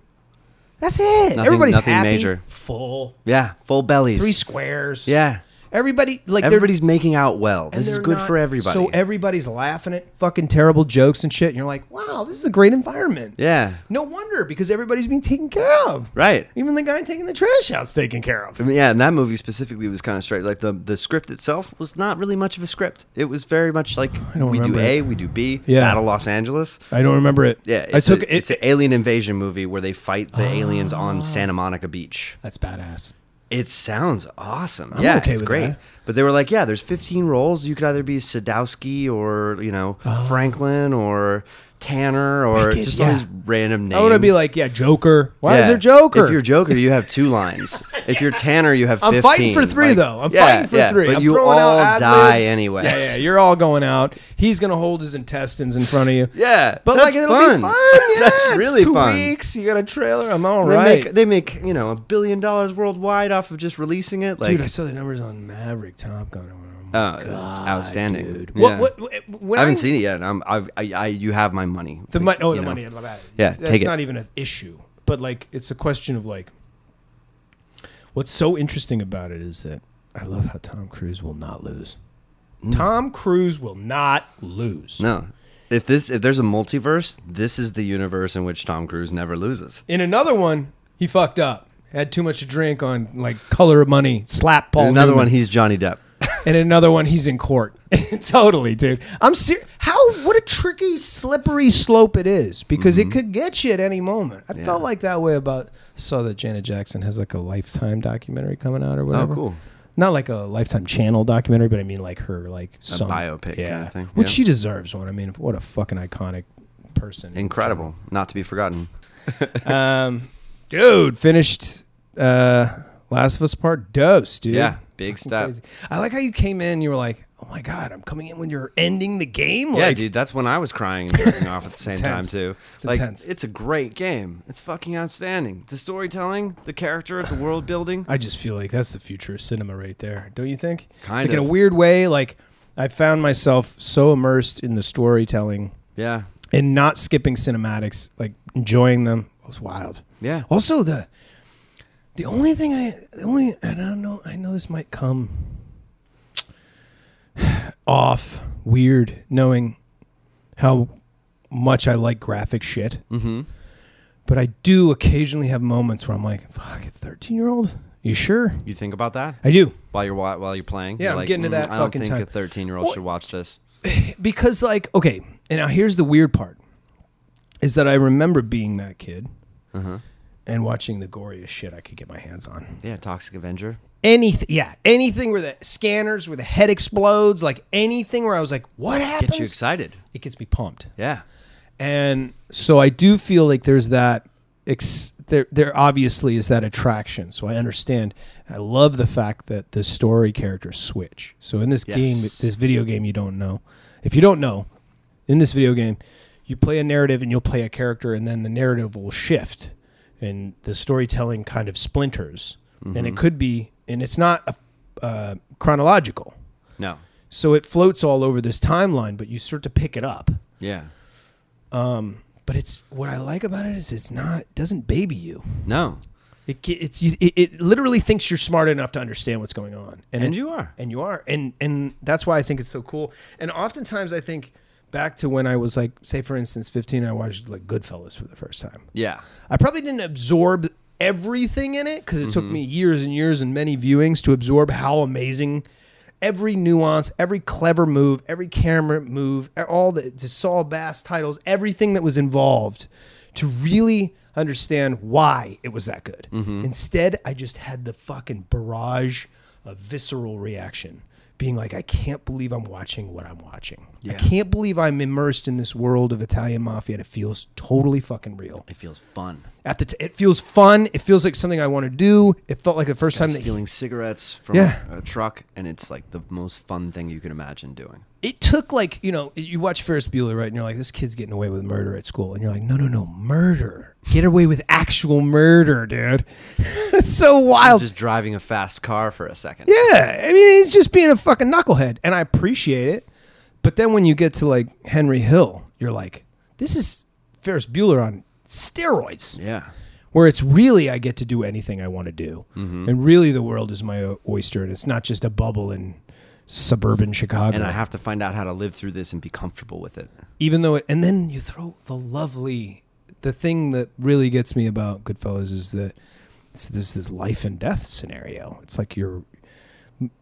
Speaker 1: That's it.
Speaker 2: Nothing-
Speaker 1: Everybody's
Speaker 2: nothing
Speaker 1: happy.
Speaker 2: major.
Speaker 1: Full
Speaker 2: Yeah. Full bellies.
Speaker 1: three squares.
Speaker 2: yeah.
Speaker 1: Everybody like they're-
Speaker 2: everybody's making out well.
Speaker 1: and
Speaker 2: This is
Speaker 1: they're
Speaker 2: good
Speaker 1: not-
Speaker 2: for everybody.
Speaker 1: So e- everybody's laughing at fucking terrible jokes and shit. And you're like, wow, this is a great environment.
Speaker 2: yeah.
Speaker 1: No wonder because everybody's being taken care of.
Speaker 2: Right.
Speaker 1: Even the guy taking the trash out's taken care of.
Speaker 2: I mean, yeah, and that movie specifically was kind of straight. Like the the script itself was not really much of a script. It was very much like
Speaker 1: don't
Speaker 2: we do
Speaker 1: remember
Speaker 2: A, we do B,
Speaker 1: Yeah.
Speaker 2: Battle Los Angeles.
Speaker 1: I don't remember it.
Speaker 2: Yeah,
Speaker 1: I
Speaker 2: it's,
Speaker 1: took
Speaker 2: a, it's
Speaker 1: it. Ah.
Speaker 2: an alien invasion movie where they fight the aliens on Santa Monica Beach.
Speaker 1: That's badass.
Speaker 2: It sounds awesome. yeah,
Speaker 1: okay
Speaker 2: it's
Speaker 1: with
Speaker 2: great.
Speaker 1: that.
Speaker 2: But they were like, yeah, there's 15 roles. You could either be Sadowski or you know Franklin or Tanner or
Speaker 1: Oh. Wicked,
Speaker 2: just all
Speaker 1: yeah.
Speaker 2: these random names.
Speaker 1: I want to be like, yeah, Joker. Why
Speaker 2: Yeah.
Speaker 1: is there Joker?
Speaker 2: If you're Joker, you have two lines. If you're Tanner, you have. 15.
Speaker 1: I'm fighting for three
Speaker 2: Like,
Speaker 1: though. I'm
Speaker 2: yeah,
Speaker 1: fighting for
Speaker 2: yeah,
Speaker 1: three.
Speaker 2: But
Speaker 1: I'm
Speaker 2: you
Speaker 1: throwing
Speaker 2: all
Speaker 1: out
Speaker 2: die
Speaker 1: ad-libs.
Speaker 2: anyway.
Speaker 1: Yeah, yeah, you're all going out. He's gonna hold his intestins in front of you.
Speaker 2: Yeah,
Speaker 1: but
Speaker 2: that's
Speaker 1: like it'll
Speaker 2: fun.
Speaker 1: be fun. Yeah,
Speaker 2: That's
Speaker 1: it's
Speaker 2: really
Speaker 1: two
Speaker 2: fun.
Speaker 1: weeks. You got a trailer. I'm all
Speaker 2: They
Speaker 1: right.
Speaker 2: make they make you know a billion dollars worldwide off of just releasing it. Like,
Speaker 1: dude, I saw the numbers on Maverick Top Gun. Oh,
Speaker 2: oh, it's outstanding.
Speaker 1: dude.
Speaker 2: Yeah.
Speaker 1: What, what, what, when
Speaker 2: I haven't
Speaker 1: I-
Speaker 2: seen it yet. and I'm, I, I, I, you have my money.
Speaker 1: the money.
Speaker 2: Like,
Speaker 1: Oh, the
Speaker 2: you know.
Speaker 1: money. my bad.
Speaker 2: Yeah,
Speaker 1: that's
Speaker 2: take it.
Speaker 1: not even an issue. But like, it's a question of like, what's so interesting about it is that I love how Tom Cruise will not lose. Tom Cruise will not lose.
Speaker 2: Mm. No, if this, if there's a multiverse, this is the universe in which Tom Cruise never loses.
Speaker 1: In another one, he fucked up. Had too much to drink on like color of money, slap Paul.
Speaker 2: And another
Speaker 1: Newman.
Speaker 2: one, he's Johnny Depp.
Speaker 1: and another one he's in court. totally, dude. I'm ser- how what a tricky, slippery slope it is because
Speaker 2: Mm-hmm.
Speaker 1: it could get you at any moment. I felt like that way about. I saw that Janet Jackson has like a Lifetime documentary coming out or whatever.
Speaker 2: Oh, cool.
Speaker 1: Not like a Lifetime Channel documentary, but I mean like her like son.
Speaker 2: biopic kind of thing,
Speaker 1: which
Speaker 2: yeah.
Speaker 1: she deserves one. I mean, what a fucking iconic person.
Speaker 2: Incredible, not to be forgotten.
Speaker 1: Um, dude, finished uh, Last of Us Part Dose, dude.
Speaker 2: Yeah, big step.
Speaker 1: Crazy. I like how you came in. You were like, "Oh my god, I'm coming in when you're ending the game."
Speaker 2: Yeah,
Speaker 1: Like,
Speaker 2: dude, that's when I was crying and jerking off at the same time
Speaker 1: intense.
Speaker 2: too.
Speaker 1: It's
Speaker 2: like,
Speaker 1: intense.
Speaker 2: it's a great game. It's fucking outstanding. The storytelling, the character, the world building.
Speaker 1: I just feel like that's the future of cinema right there. Don't you think?
Speaker 2: Kind
Speaker 1: like in a
Speaker 2: of.
Speaker 1: weird way. Like I found myself so immersed in the storytelling
Speaker 2: Yeah,
Speaker 1: and not skipping cinematics, like enjoying them. It was wild.
Speaker 2: yeah.
Speaker 1: Also the the only thing I the only and I don't know I know this might come off weird knowing how much I like graphic shit. Mm-hmm. But I do occasionally have moments where I'm like, "Fuck, a 13 year old? You sure?"
Speaker 2: You think about that
Speaker 1: I do
Speaker 2: while you're wa- while you're playing?
Speaker 1: Yeah,
Speaker 2: You're
Speaker 1: I'm
Speaker 2: like, "Mm,
Speaker 1: getting to that
Speaker 2: I don't
Speaker 1: fucking
Speaker 2: think
Speaker 1: time."
Speaker 2: a 13 year old should watch this.
Speaker 1: because, like, okay. And now here's the weird part: is that I remember being that kid
Speaker 2: Mm-hmm.
Speaker 1: and watching the goriest shit I could get my hands on.
Speaker 2: Yeah, Toxic Avenger.
Speaker 1: anything yeah anything where the scanners where the head explodes like anything where i was like what happens
Speaker 2: Get you excited.
Speaker 1: it gets me pumped
Speaker 2: Yeah.
Speaker 1: and so i do feel like there's that ex- there there obviously is that attraction so i understand i love the fact that the story characters switch so in this
Speaker 2: Yes.
Speaker 1: game this video game you don't know if you don't know in this video game you play a narrative and you'll play a character and then the narrative will shift and the storytelling kind of splinters and it could be and it's not a, uh, chronological
Speaker 2: No.
Speaker 1: so it floats all over this timeline but you start to pick it up
Speaker 2: Yeah.
Speaker 1: but it's what I like about it is it's not doesn't baby you.
Speaker 2: No.
Speaker 1: It ge- it's you- it, it literally thinks you're smart enough to understand what's going on,
Speaker 2: And
Speaker 1: it-
Speaker 2: you are.
Speaker 1: and you are, and and that's why I think it's so cool. And oftentimes I think back to when I was like, say for instance, 15, I watched like Goodfellas for the first time.
Speaker 2: Yeah.
Speaker 1: I probably didn't absorb everything in it because it took me years and years and many viewings to absorb how amazing every nuance, every clever move, every camera move, e, all the to Saul Bass titles, everything that was involved to really understand why it was that good. Instead, I just had the fucking barrage of visceral reaction. Being like, I can't believe I'm watching what I'm watching. I can't believe I'm immersed in this world of Italian mafia and it feels totally fucking real
Speaker 2: It feels fun.
Speaker 1: at the t- it feels fun it feels like something i want to do it felt like the first time that
Speaker 2: Stealing cigarettes from
Speaker 1: Yeah.
Speaker 2: a truck, and it's like the most fun thing you can imagine doing.
Speaker 1: it took like you know you watch ferris bueller right and you're like this kid's getting away with murder at school and you're like no no no murder get away with actual murder dude it's so wild
Speaker 2: Just driving a fast car for a second.
Speaker 1: Oh. yeah i mean it's just being a fucking knucklehead and i appreciate it but then when you get to like henry hill you're like this is ferris bueller on steroids
Speaker 2: Yeah.
Speaker 1: where it's really I get to do anything I want to do,
Speaker 2: Mm-hmm.
Speaker 1: and really the world is my o- oyster, and it's not just a bubble in suburban Chicago.
Speaker 2: And I have to find out how to live through this and be comfortable with it.
Speaker 1: even though, it, and then you throw the lovely, the thing that really gets me about Goodfellas is that it's this this life and death scenario. It's like you're.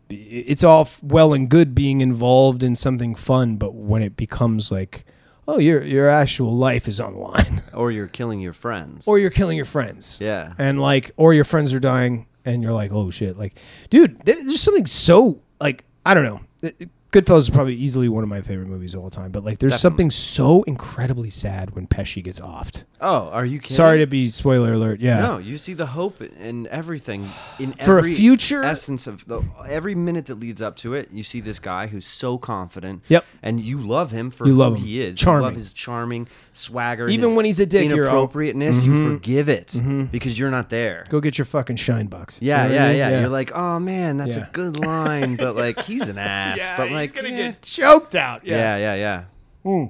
Speaker 1: It's all f- well and good being involved in something fun, but when it becomes like, oh, your your actual life is on the line,
Speaker 2: Or you're killing your friends.
Speaker 1: or you're killing your friends,
Speaker 2: yeah.
Speaker 1: and like or your friends are dying and you're like oh shit like dude there- there's something so like i don't know It- it- Goodfellas is probably easily one of my favorite movies of all time. But like, there's
Speaker 2: Definitely.
Speaker 1: something so incredibly sad when Pesci gets offed.
Speaker 2: Oh, are you kidding?
Speaker 1: Sorry to be spoiler alert. Yeah.
Speaker 2: No, you see the hope in everything in
Speaker 1: For a
Speaker 2: every
Speaker 1: future-
Speaker 2: essence of the, every minute that leads up to it. You see this guy who's so confident.
Speaker 1: Yep.
Speaker 2: And you love him for
Speaker 1: You
Speaker 2: who
Speaker 1: love him.
Speaker 2: he is. You
Speaker 1: Charming.
Speaker 2: love his charming swagger. and
Speaker 1: Even
Speaker 2: his
Speaker 1: when he's a dick, you're all- Mm-hmm.
Speaker 2: inappropriateness. You forgive it because you're not there.
Speaker 1: Go get your fucking shine box. You know
Speaker 2: yeah,
Speaker 1: what I
Speaker 2: yeah,
Speaker 1: mean?
Speaker 2: yeah, You're like, oh man, that's
Speaker 1: Yeah.
Speaker 2: a good line, but like he's an ass.
Speaker 1: Yeah,
Speaker 2: but
Speaker 1: he's
Speaker 2: like,
Speaker 1: gonna
Speaker 2: eh.
Speaker 1: get choked out. Yeah.
Speaker 2: yeah, yeah, yeah.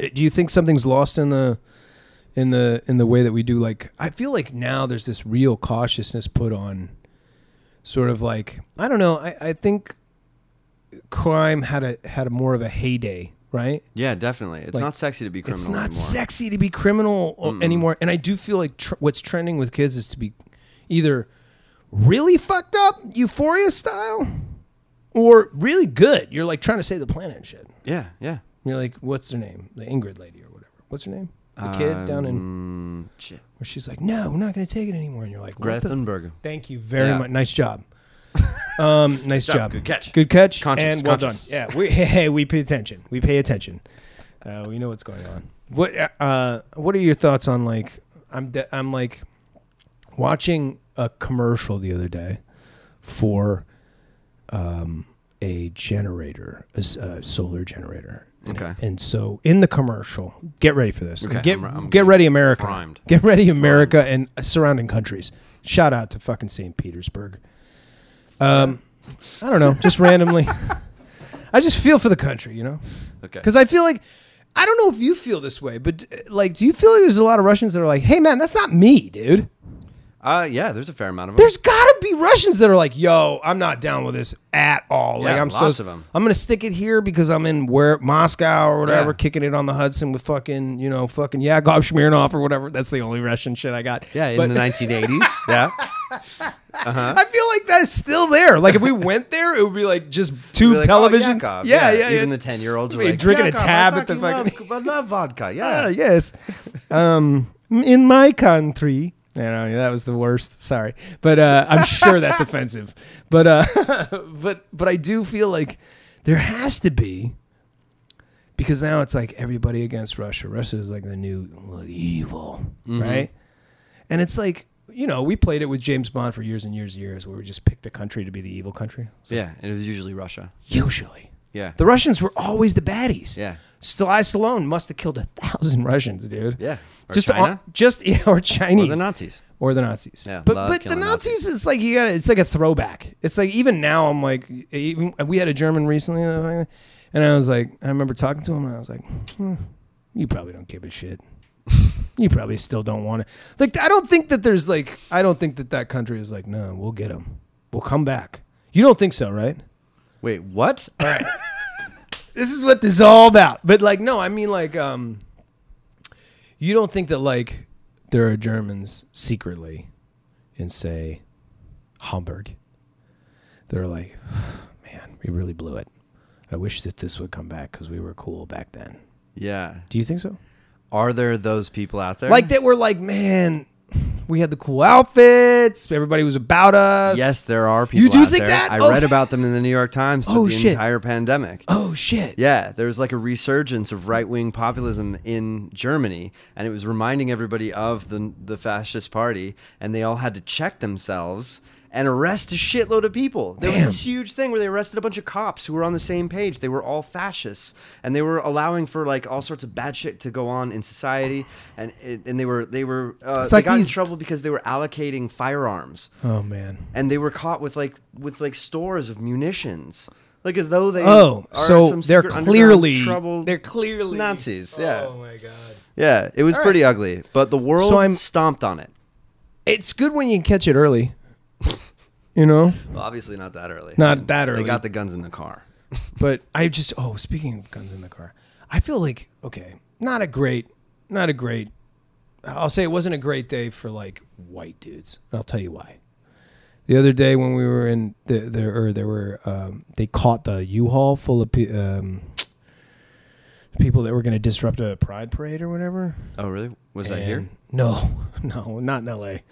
Speaker 1: Uh, Do you think something's lost in the in the in the way that we do? Like, I feel like now there's this real cautiousness put on, sort of like I don't know. I, I think crime had a had a more of a heyday, right?
Speaker 2: Yeah, definitely. It's
Speaker 1: Like,
Speaker 2: not sexy to be criminal
Speaker 1: it's not
Speaker 2: anymore.
Speaker 1: sexy to be criminal o- anymore and i do feel like tr- what's trending with kids is to be either really fucked up euphoria style or really good you're like trying to save the planet and shit
Speaker 2: yeah, yeah.
Speaker 1: you're like what's her name the ingrid lady or whatever what's her name the kid down
Speaker 2: Um,
Speaker 1: in
Speaker 2: in Mm, shit.
Speaker 1: where she's like no we're not going to take it anymore and you're like what
Speaker 2: Greta
Speaker 1: the-
Speaker 2: Thunberg.
Speaker 1: thank you very
Speaker 2: Yeah.
Speaker 1: much nice job um, nice
Speaker 2: job.
Speaker 1: job.
Speaker 2: Good catch.
Speaker 1: Good catch.
Speaker 2: Conscious,
Speaker 1: and well
Speaker 2: conscious.
Speaker 1: done. Yeah, we hey, we pay attention. We pay attention. Uh, we know what's going on. What uh, what are your thoughts on like I'm de- I'm like watching a commercial the other day for um, a generator, a, s- a solar generator. And-
Speaker 2: Okay.
Speaker 1: And so in the commercial, get ready for this.
Speaker 2: Okay,
Speaker 1: get
Speaker 2: I'm- I'm
Speaker 1: get
Speaker 2: getting
Speaker 1: ready America.
Speaker 2: primed.
Speaker 1: Get ready America and surrounding countries. Shout out to fucking St. Petersburg. Um, I don't know, just randomly. I just feel for the country, you know,
Speaker 2: Okay.
Speaker 1: because I feel like I don't know if you feel this way, but uh, like, do you feel like there's a lot of Russians that are like, "Hey, man, that's not me, dude."
Speaker 2: Uh, yeah, there's a fair amount of them.
Speaker 1: There's gotta be Russians that are like, "Yo, I'm not down with this at all." like,
Speaker 2: Yeah,
Speaker 1: I'm
Speaker 2: lots
Speaker 1: so
Speaker 2: of 'em.
Speaker 1: I'm gonna stick it here because I'm in where Moscow or whatever,
Speaker 2: Yeah.
Speaker 1: kicking it on the Hudson with fucking you know fucking Yakov Smirnov or whatever. That's the only Russian shit I got.
Speaker 2: yeah, in
Speaker 1: But-
Speaker 2: the 1980s. yeah.
Speaker 1: I feel like that's still there. Like if we went there, it would be like just two
Speaker 2: Be like, oh,
Speaker 1: televisions.
Speaker 2: Yakov.
Speaker 1: yeah, yeah, yeah.
Speaker 2: Even the 10 year olds are
Speaker 1: They
Speaker 2: like,
Speaker 1: drinking a
Speaker 2: "Yakov, I
Speaker 1: tab at the
Speaker 2: love-
Speaker 1: fucking-
Speaker 2: I love vodka.
Speaker 1: Ah,
Speaker 2: Yeah.
Speaker 1: yes. Um, in my country, you know that was the worst. Sorry, but uh, I'm sure that's offensive. But uh, but but I do feel like there has to be because now it's like everybody against Russia. Russia is like the new like, evil,
Speaker 2: Mm-hmm.
Speaker 1: right? And it's like you know we played it with James Bond for years and years and years, where we just picked a country to be the evil country. So
Speaker 2: Yeah. And it was usually Russia.
Speaker 1: usually,
Speaker 2: Yeah.
Speaker 1: the Russians were always the baddies.
Speaker 2: Yeah.
Speaker 1: Sly Stallone must have killed a thousand Russians, dude.
Speaker 2: Yeah. Or
Speaker 1: just
Speaker 2: China?
Speaker 1: on- just yeah, or Chinese
Speaker 2: Or the Nazis.
Speaker 1: Or the Nazis.
Speaker 2: Yeah,
Speaker 1: but
Speaker 2: love
Speaker 1: but the
Speaker 2: killing
Speaker 1: Nazis,
Speaker 2: Nazis.
Speaker 1: is like you got to it's like a throwback. It's like even now I'm like even we had a German recently, uh, and I was like I remember talking to him and I was like, hmm, you probably don't give a shit. you probably still don't want it. Like I don't think that there's like I don't think that that country is like no, we'll get them, we'll come back. You don't think so, right?
Speaker 2: Wait, what?
Speaker 1: this is what this is all about. But like, no, I mean like, um, you don't think that like there are Germans secretly in say Hamburg that are like, man, we really blew it. I wish that this would come back because we were cool back then.
Speaker 2: yeah.
Speaker 1: Do you think so?
Speaker 2: Are there those people out there?
Speaker 1: Like that we're like, man, we had the cool outfits. Everybody was about us.
Speaker 2: Yes, there are people.
Speaker 1: do
Speaker 2: out
Speaker 1: think
Speaker 2: there.
Speaker 1: that?
Speaker 2: I
Speaker 1: Oh.
Speaker 2: read about them in the New York Times through
Speaker 1: Oh,
Speaker 2: the
Speaker 1: shit.
Speaker 2: entire pandemic.
Speaker 1: Oh shit.
Speaker 2: Yeah, there was like a resurgence of right wing populism in Germany, and it was reminding everybody of the the fascist party, and they all had to check themselves and arrest a shitload of people. There
Speaker 1: Damn.
Speaker 2: was this huge thing where they arrested a bunch of cops who were on the same page. They were all fascists, and they were allowing for like all sorts of bad shit to go on in society, and it, and they were they were uh,
Speaker 1: It's
Speaker 2: they
Speaker 1: like
Speaker 2: got
Speaker 1: these-
Speaker 2: in trouble because they were allocating firearms
Speaker 1: Oh man.
Speaker 2: and they were caught with like with like stores of munitions, like as though they
Speaker 1: Oh,
Speaker 2: are
Speaker 1: so
Speaker 2: some
Speaker 1: they're
Speaker 2: secret underground
Speaker 1: clearly
Speaker 2: trouble.
Speaker 1: they're clearly
Speaker 2: Nazis, yeah.
Speaker 1: Oh my god.
Speaker 2: yeah, it was
Speaker 1: All
Speaker 2: pretty ugly, but the world
Speaker 1: So I'm-
Speaker 2: stomped on it.
Speaker 1: It's good when you can catch it early. You know,
Speaker 2: Well, obviously not that early.
Speaker 1: Not that early.
Speaker 2: They got the guns in the car.
Speaker 1: but I just oh, speaking of guns in the car, I feel like okay, not a great, not a great. I'll say it wasn't a great day for like white dudes. I'll tell you why. The other day when we were in the there or there were um, they caught the U-Haul full of pe- um, people that were going to disrupt a pride parade or whatever.
Speaker 2: Oh, really? Was that
Speaker 1: and-
Speaker 2: here?
Speaker 1: No, no, not in L.A. It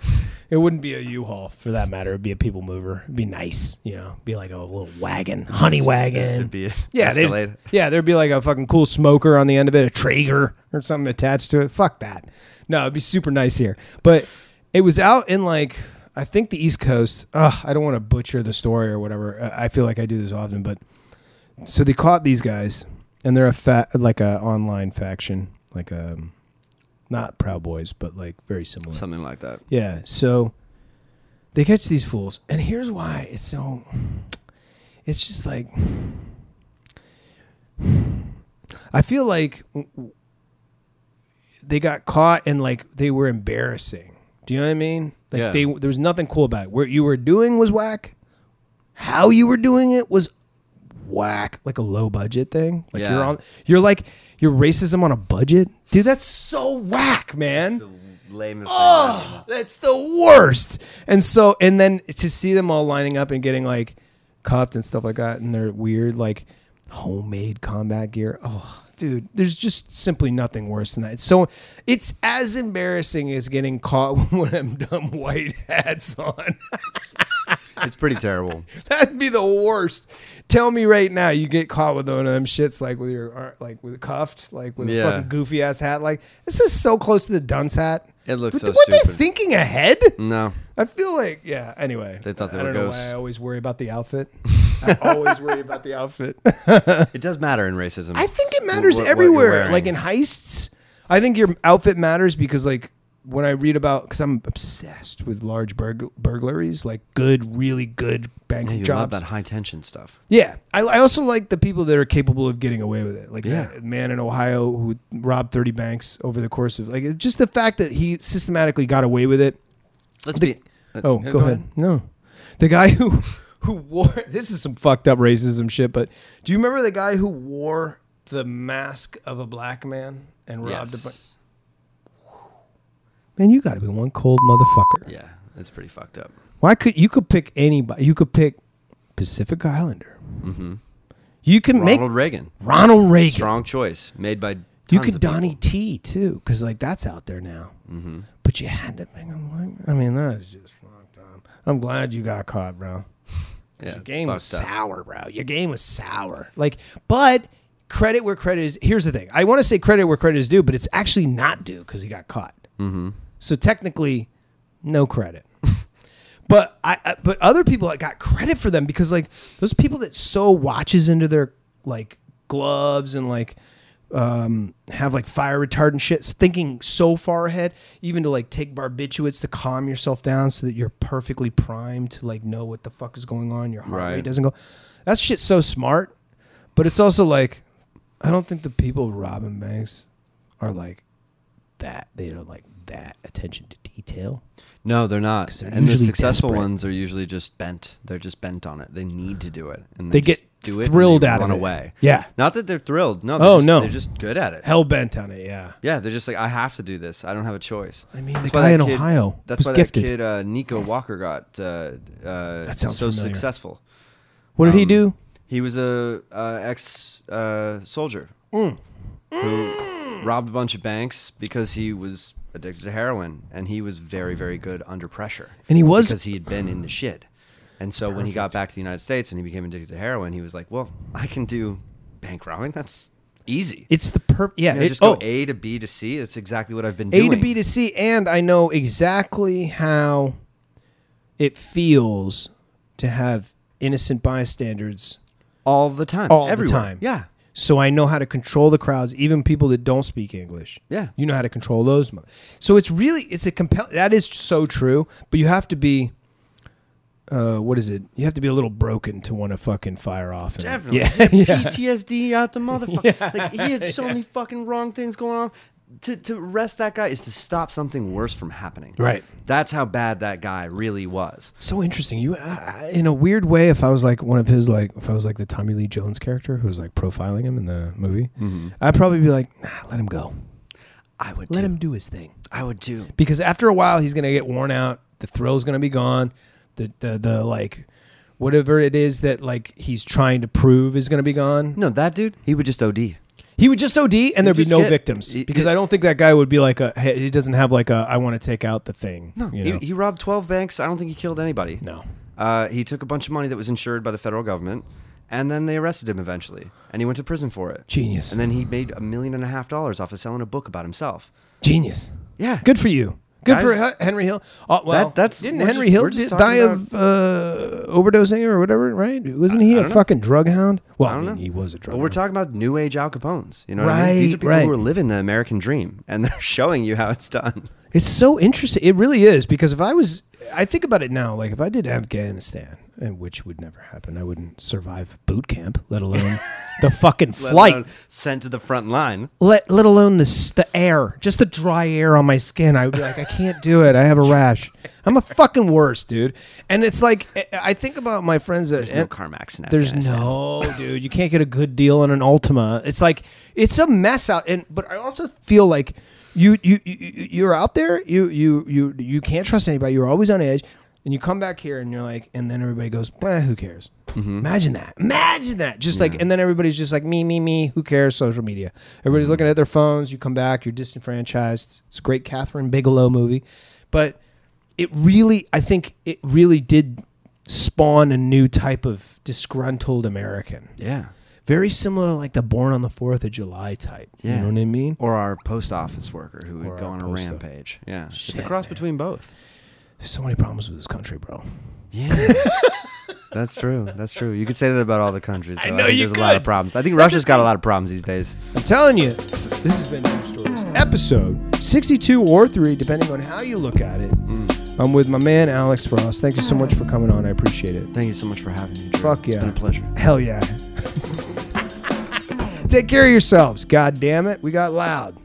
Speaker 1: It wouldn't be a U-Haul for that matter. It'd be a people mover. It'd be nice, you know. It'd be like a little wagon, honey wagon.
Speaker 2: It'd be a
Speaker 1: yeah, they'd-
Speaker 2: Escalade.
Speaker 1: yeah. There'd be like a fucking cool smoker on the end of it, a Traeger or something attached to it. Fuck that. No, it'd be super nice here. But it was out in like I think the East Coast. Ugh, I don't want to butcher the story or whatever. Uh, I- I feel like I do this often, but so they caught these guys, and they're a fa- like a online faction, like um, not Proud Boys, but like very similar.
Speaker 2: something like that.
Speaker 1: Yeah. So they catch these fools, and here's why it's so. It's just like I feel like w- w- they got caught and like they were embarrassing. Do you know what I mean? Like
Speaker 2: Yeah.
Speaker 1: they there was nothing cool about it. What you were doing was whack. How you were doing it was whack, like a low budget thing. Like
Speaker 2: Yeah.
Speaker 1: you're on you're like your racism on a budget. Dude, that's so whack, man.
Speaker 2: The lamest thing.
Speaker 1: Oh, that's the worst. And so, and then to see them all lining up and getting like cuffed and stuff like that, and their weird like homemade combat gear. Oh, dude, there's just simply nothing worse than that. It's so it's as embarrassing as getting caught with them dumb white hats on.
Speaker 2: It's pretty terrible.
Speaker 1: That'd be the worst. Tell me right now, you get caught with one of them shits, like with your ar- like with cuffed, like with
Speaker 2: Yeah.
Speaker 1: a fucking goofy ass hat. Like this is so close to the dunce hat.
Speaker 2: It looks so
Speaker 1: what they
Speaker 2: stupid.
Speaker 1: thinking ahead?
Speaker 2: No,
Speaker 1: I feel like yeah. Anyway,
Speaker 2: They thought they
Speaker 1: I
Speaker 2: were
Speaker 1: don't know
Speaker 2: ghosts.
Speaker 1: why I always worry about the outfit. I always worry about the outfit.
Speaker 2: it does matter in racism.
Speaker 1: I think it matters
Speaker 2: What- what you're
Speaker 1: everywhere.
Speaker 2: wearing.
Speaker 1: Like in heists, I think your outfit matters because like when I read about because I'm obsessed with large burg- burglaries, like good, really good bank
Speaker 2: you love
Speaker 1: jobs.
Speaker 2: that high tension stuff.
Speaker 1: Yeah, I, I also like the people that are capable of getting away with it. Like
Speaker 2: Yeah.
Speaker 1: that man in Ohio who robbed thirty banks over the course of like it's just the fact that he systematically got away with it.
Speaker 2: Let's be.
Speaker 1: Oh, go, ahead. No, the guy who who wore this is some fucked up racism shit. But do you remember the guy who wore the mask of a black man and robbed a bunch?
Speaker 2: Yes.
Speaker 1: Man, you got to be one cold motherfucker.
Speaker 2: Yeah, it's pretty fucked up.
Speaker 1: Why could you could pick anybody? You could pick Pacific Islander. Mm-hmm. You can
Speaker 2: Ronald
Speaker 1: make
Speaker 2: Reagan,
Speaker 1: Ronald Reagan.
Speaker 2: strong choice made by. Tons
Speaker 1: You could
Speaker 2: of
Speaker 1: Donnie
Speaker 2: people.
Speaker 1: T too, because like that's out there now. Mm-hmm. But you had to make him like. I mean, that is just fucked up. I'm glad you got caught, bro.
Speaker 2: Yeah,
Speaker 1: Your
Speaker 2: it's
Speaker 1: game was
Speaker 2: fucked up.
Speaker 1: sour, bro. Your game was sour. Like, but credit where credit is. Here's the thing. I want to say credit where credit is due, but it's actually not due because he got caught.
Speaker 2: Mm-hmm.
Speaker 1: So technically, no credit. but I, I but other people I got credit for them because like those people that sew watches into their like gloves and like um, have like fire retardant shit, thinking so far ahead, even to like take barbiturates to calm yourself down so that you're perfectly primed to like know what the fuck is going on. Your heart
Speaker 2: Right.
Speaker 1: rate doesn't go. That shit's so smart, but it's also like I don't think the people robbing banks are like that. They don't like that attention to detail.
Speaker 2: No, they're not.
Speaker 1: they're
Speaker 2: and the
Speaker 1: usually
Speaker 2: successful
Speaker 1: desperate.
Speaker 2: ones are usually just bent. They're just bent on it. They need to do it, and
Speaker 1: They
Speaker 2: just
Speaker 1: get
Speaker 2: do it. and
Speaker 1: thrilled
Speaker 2: they
Speaker 1: out of
Speaker 2: run
Speaker 1: it.
Speaker 2: away.
Speaker 1: Yeah.
Speaker 2: Not that they're thrilled. No. They're
Speaker 1: Oh,
Speaker 2: just,
Speaker 1: no.
Speaker 2: They're just good at it.
Speaker 1: Hell bent on it. Yeah.
Speaker 2: Yeah, they're just like, I have to do this. I don't have a choice. I
Speaker 1: mean, the guy in Ohio
Speaker 2: That's
Speaker 1: was
Speaker 2: why
Speaker 1: gifted.
Speaker 2: that kid uh, Nico Walker got uh, uh,
Speaker 1: That sounds
Speaker 2: so
Speaker 1: familiar.
Speaker 2: successful.
Speaker 1: What did he
Speaker 2: Um,
Speaker 1: do?
Speaker 2: He was a uh, ex uh, soldier
Speaker 1: Mm.
Speaker 2: who robbed a bunch of banks because he was addicted to heroin, and he was very, very good under pressure.
Speaker 1: And he was-
Speaker 2: because he had been in the shit. And so when he got back to the United States and he became addicted to heroin, he was like, "Well, I can do bank robbing. That's easy.
Speaker 1: It's the per. Yeah.
Speaker 2: You know,
Speaker 1: it-
Speaker 2: just go
Speaker 1: oh.
Speaker 2: A to B to C. That's exactly what I've been
Speaker 1: A
Speaker 2: doing.
Speaker 1: to B to C, and I know exactly how it feels to have innocent bystanders.
Speaker 2: all the time,
Speaker 1: All the
Speaker 2: everywhere.
Speaker 1: time.
Speaker 2: Yeah,
Speaker 1: So I know how to control the crowds, even people that don't speak English.
Speaker 2: Yeah.
Speaker 1: you know how to control those. mo- So it's really it's a compel. That is so true, but you have to be. Uh, what is it? You have to be a little broken to want to fucking fire off. and-
Speaker 2: Definitely.
Speaker 1: Yeah. yeah.
Speaker 2: PTSD out the motherfucker. Like he had so many fucking wrong things going on. To to arrest that guy is to stop something worse from happening.
Speaker 1: Right.
Speaker 2: That's how bad that guy really was.
Speaker 1: So interesting. You, I I- in a weird way, if I was like one of his, like if I was like the Tommy Lee Jones character who was like profiling him in the movie,
Speaker 2: Mm-hmm.
Speaker 1: I'd probably be like, nah, let him go,
Speaker 2: I would
Speaker 1: let
Speaker 2: do.
Speaker 1: him do his thing,
Speaker 2: I would do.
Speaker 1: because after a while he's gonna get worn out. The thrill's gonna be gone. The the the like, whatever it is that like he's trying to prove is gonna be gone.
Speaker 2: No, that dude, he would just OD.
Speaker 1: He would just OD and there'd be
Speaker 2: just
Speaker 1: no
Speaker 2: get-
Speaker 1: victims
Speaker 2: it-
Speaker 1: because
Speaker 2: it-
Speaker 1: I don't think that guy would be like a. hey, He doesn't have like a. I want to take out the thing. No, you know?
Speaker 2: He, he robbed 12 banks. I don't think he killed anybody.
Speaker 1: no.
Speaker 2: Uh, he took a bunch of money that was insured by the federal government, and then they arrested him eventually, and he went to prison for it.
Speaker 1: Genius.
Speaker 2: And then he made a million and a half dollars off of selling a book about himself.
Speaker 1: Genius.
Speaker 2: Yeah.
Speaker 1: Good for you. Good for
Speaker 2: Guys-
Speaker 1: H- Henry Hill. Oh, well,
Speaker 2: That- that's-
Speaker 1: didn't
Speaker 2: we're
Speaker 1: Henry
Speaker 2: just-
Speaker 1: Hill
Speaker 2: we're just
Speaker 1: di- die
Speaker 2: talking
Speaker 1: of uh, overdosing or whatever? Right? Wasn't he a
Speaker 2: don't know.
Speaker 1: fucking drug hound? Well, I,
Speaker 2: I don't
Speaker 1: mean,
Speaker 2: know.
Speaker 1: he was a drug.
Speaker 2: But we're
Speaker 1: hound.
Speaker 2: talking about new age Al Capones. You know what I mean? These are
Speaker 1: Right,
Speaker 2: people
Speaker 1: right.
Speaker 2: who are living the American dream, and they're showing you how it's done.
Speaker 1: It's so interesting. It really is because if I was, I think about it now. Like if I did Afghanistan, and which would never happen, I wouldn't survive boot camp, let alone the fucking
Speaker 2: Let
Speaker 1: flight,
Speaker 2: alone sent to the front line.
Speaker 1: let let alone the s- the air, just the dry air on my skin. I would be like, I can't do it. I have a rash. I'm a fucking worse, dude. And it's like I- I think about my friends that
Speaker 2: There's no Carmax in
Speaker 1: there's
Speaker 2: Afghanistan.
Speaker 1: no, dude. You can't get a good deal on an Ultima. It's like it's a mess out. And but I also feel like you you, you you're out there. You you you you can't trust anybody. You're always on edge. And you come back here and you're like, and then everybody goes, "Meh, who cares? Imagine that. Imagine that. Just like, and then everybody's just like, me, me, me. Who cares? Social media. Everybody's looking at their phones. You come back, you're disenfranchised. It's a great Catherine Bigelow movie, but it really i think it really did spawn a new type of disgruntled american
Speaker 2: Yeah.
Speaker 1: very similar to like the born on the 4th of july type you
Speaker 2: Yeah.
Speaker 1: know what i mean
Speaker 2: Or our post office worker who
Speaker 1: Or
Speaker 2: would go
Speaker 1: our
Speaker 2: on a
Speaker 1: post-
Speaker 2: rampage. Yeah. it's a
Speaker 1: Shit,
Speaker 2: cross
Speaker 1: man.
Speaker 2: between both.
Speaker 1: There's so many problems with this country bro
Speaker 2: Yeah. That's true. That's true. You could say that about all the countries. Though. I
Speaker 1: know
Speaker 2: think
Speaker 1: you
Speaker 2: There's a lot of
Speaker 1: could.
Speaker 2: problems. I think
Speaker 1: That's the
Speaker 2: Russia's got a lot of problems these days.
Speaker 1: i'm telling you this has been new stories episode 62 or 3 depending on how you look at it i'm with my man alex frost thank you so much for coming on i appreciate it
Speaker 2: Thank you so much for having me. Drew.
Speaker 1: Fuck yeah.
Speaker 2: It's been a pleasure.
Speaker 1: hell yeah take care of yourselves god damn it we got loud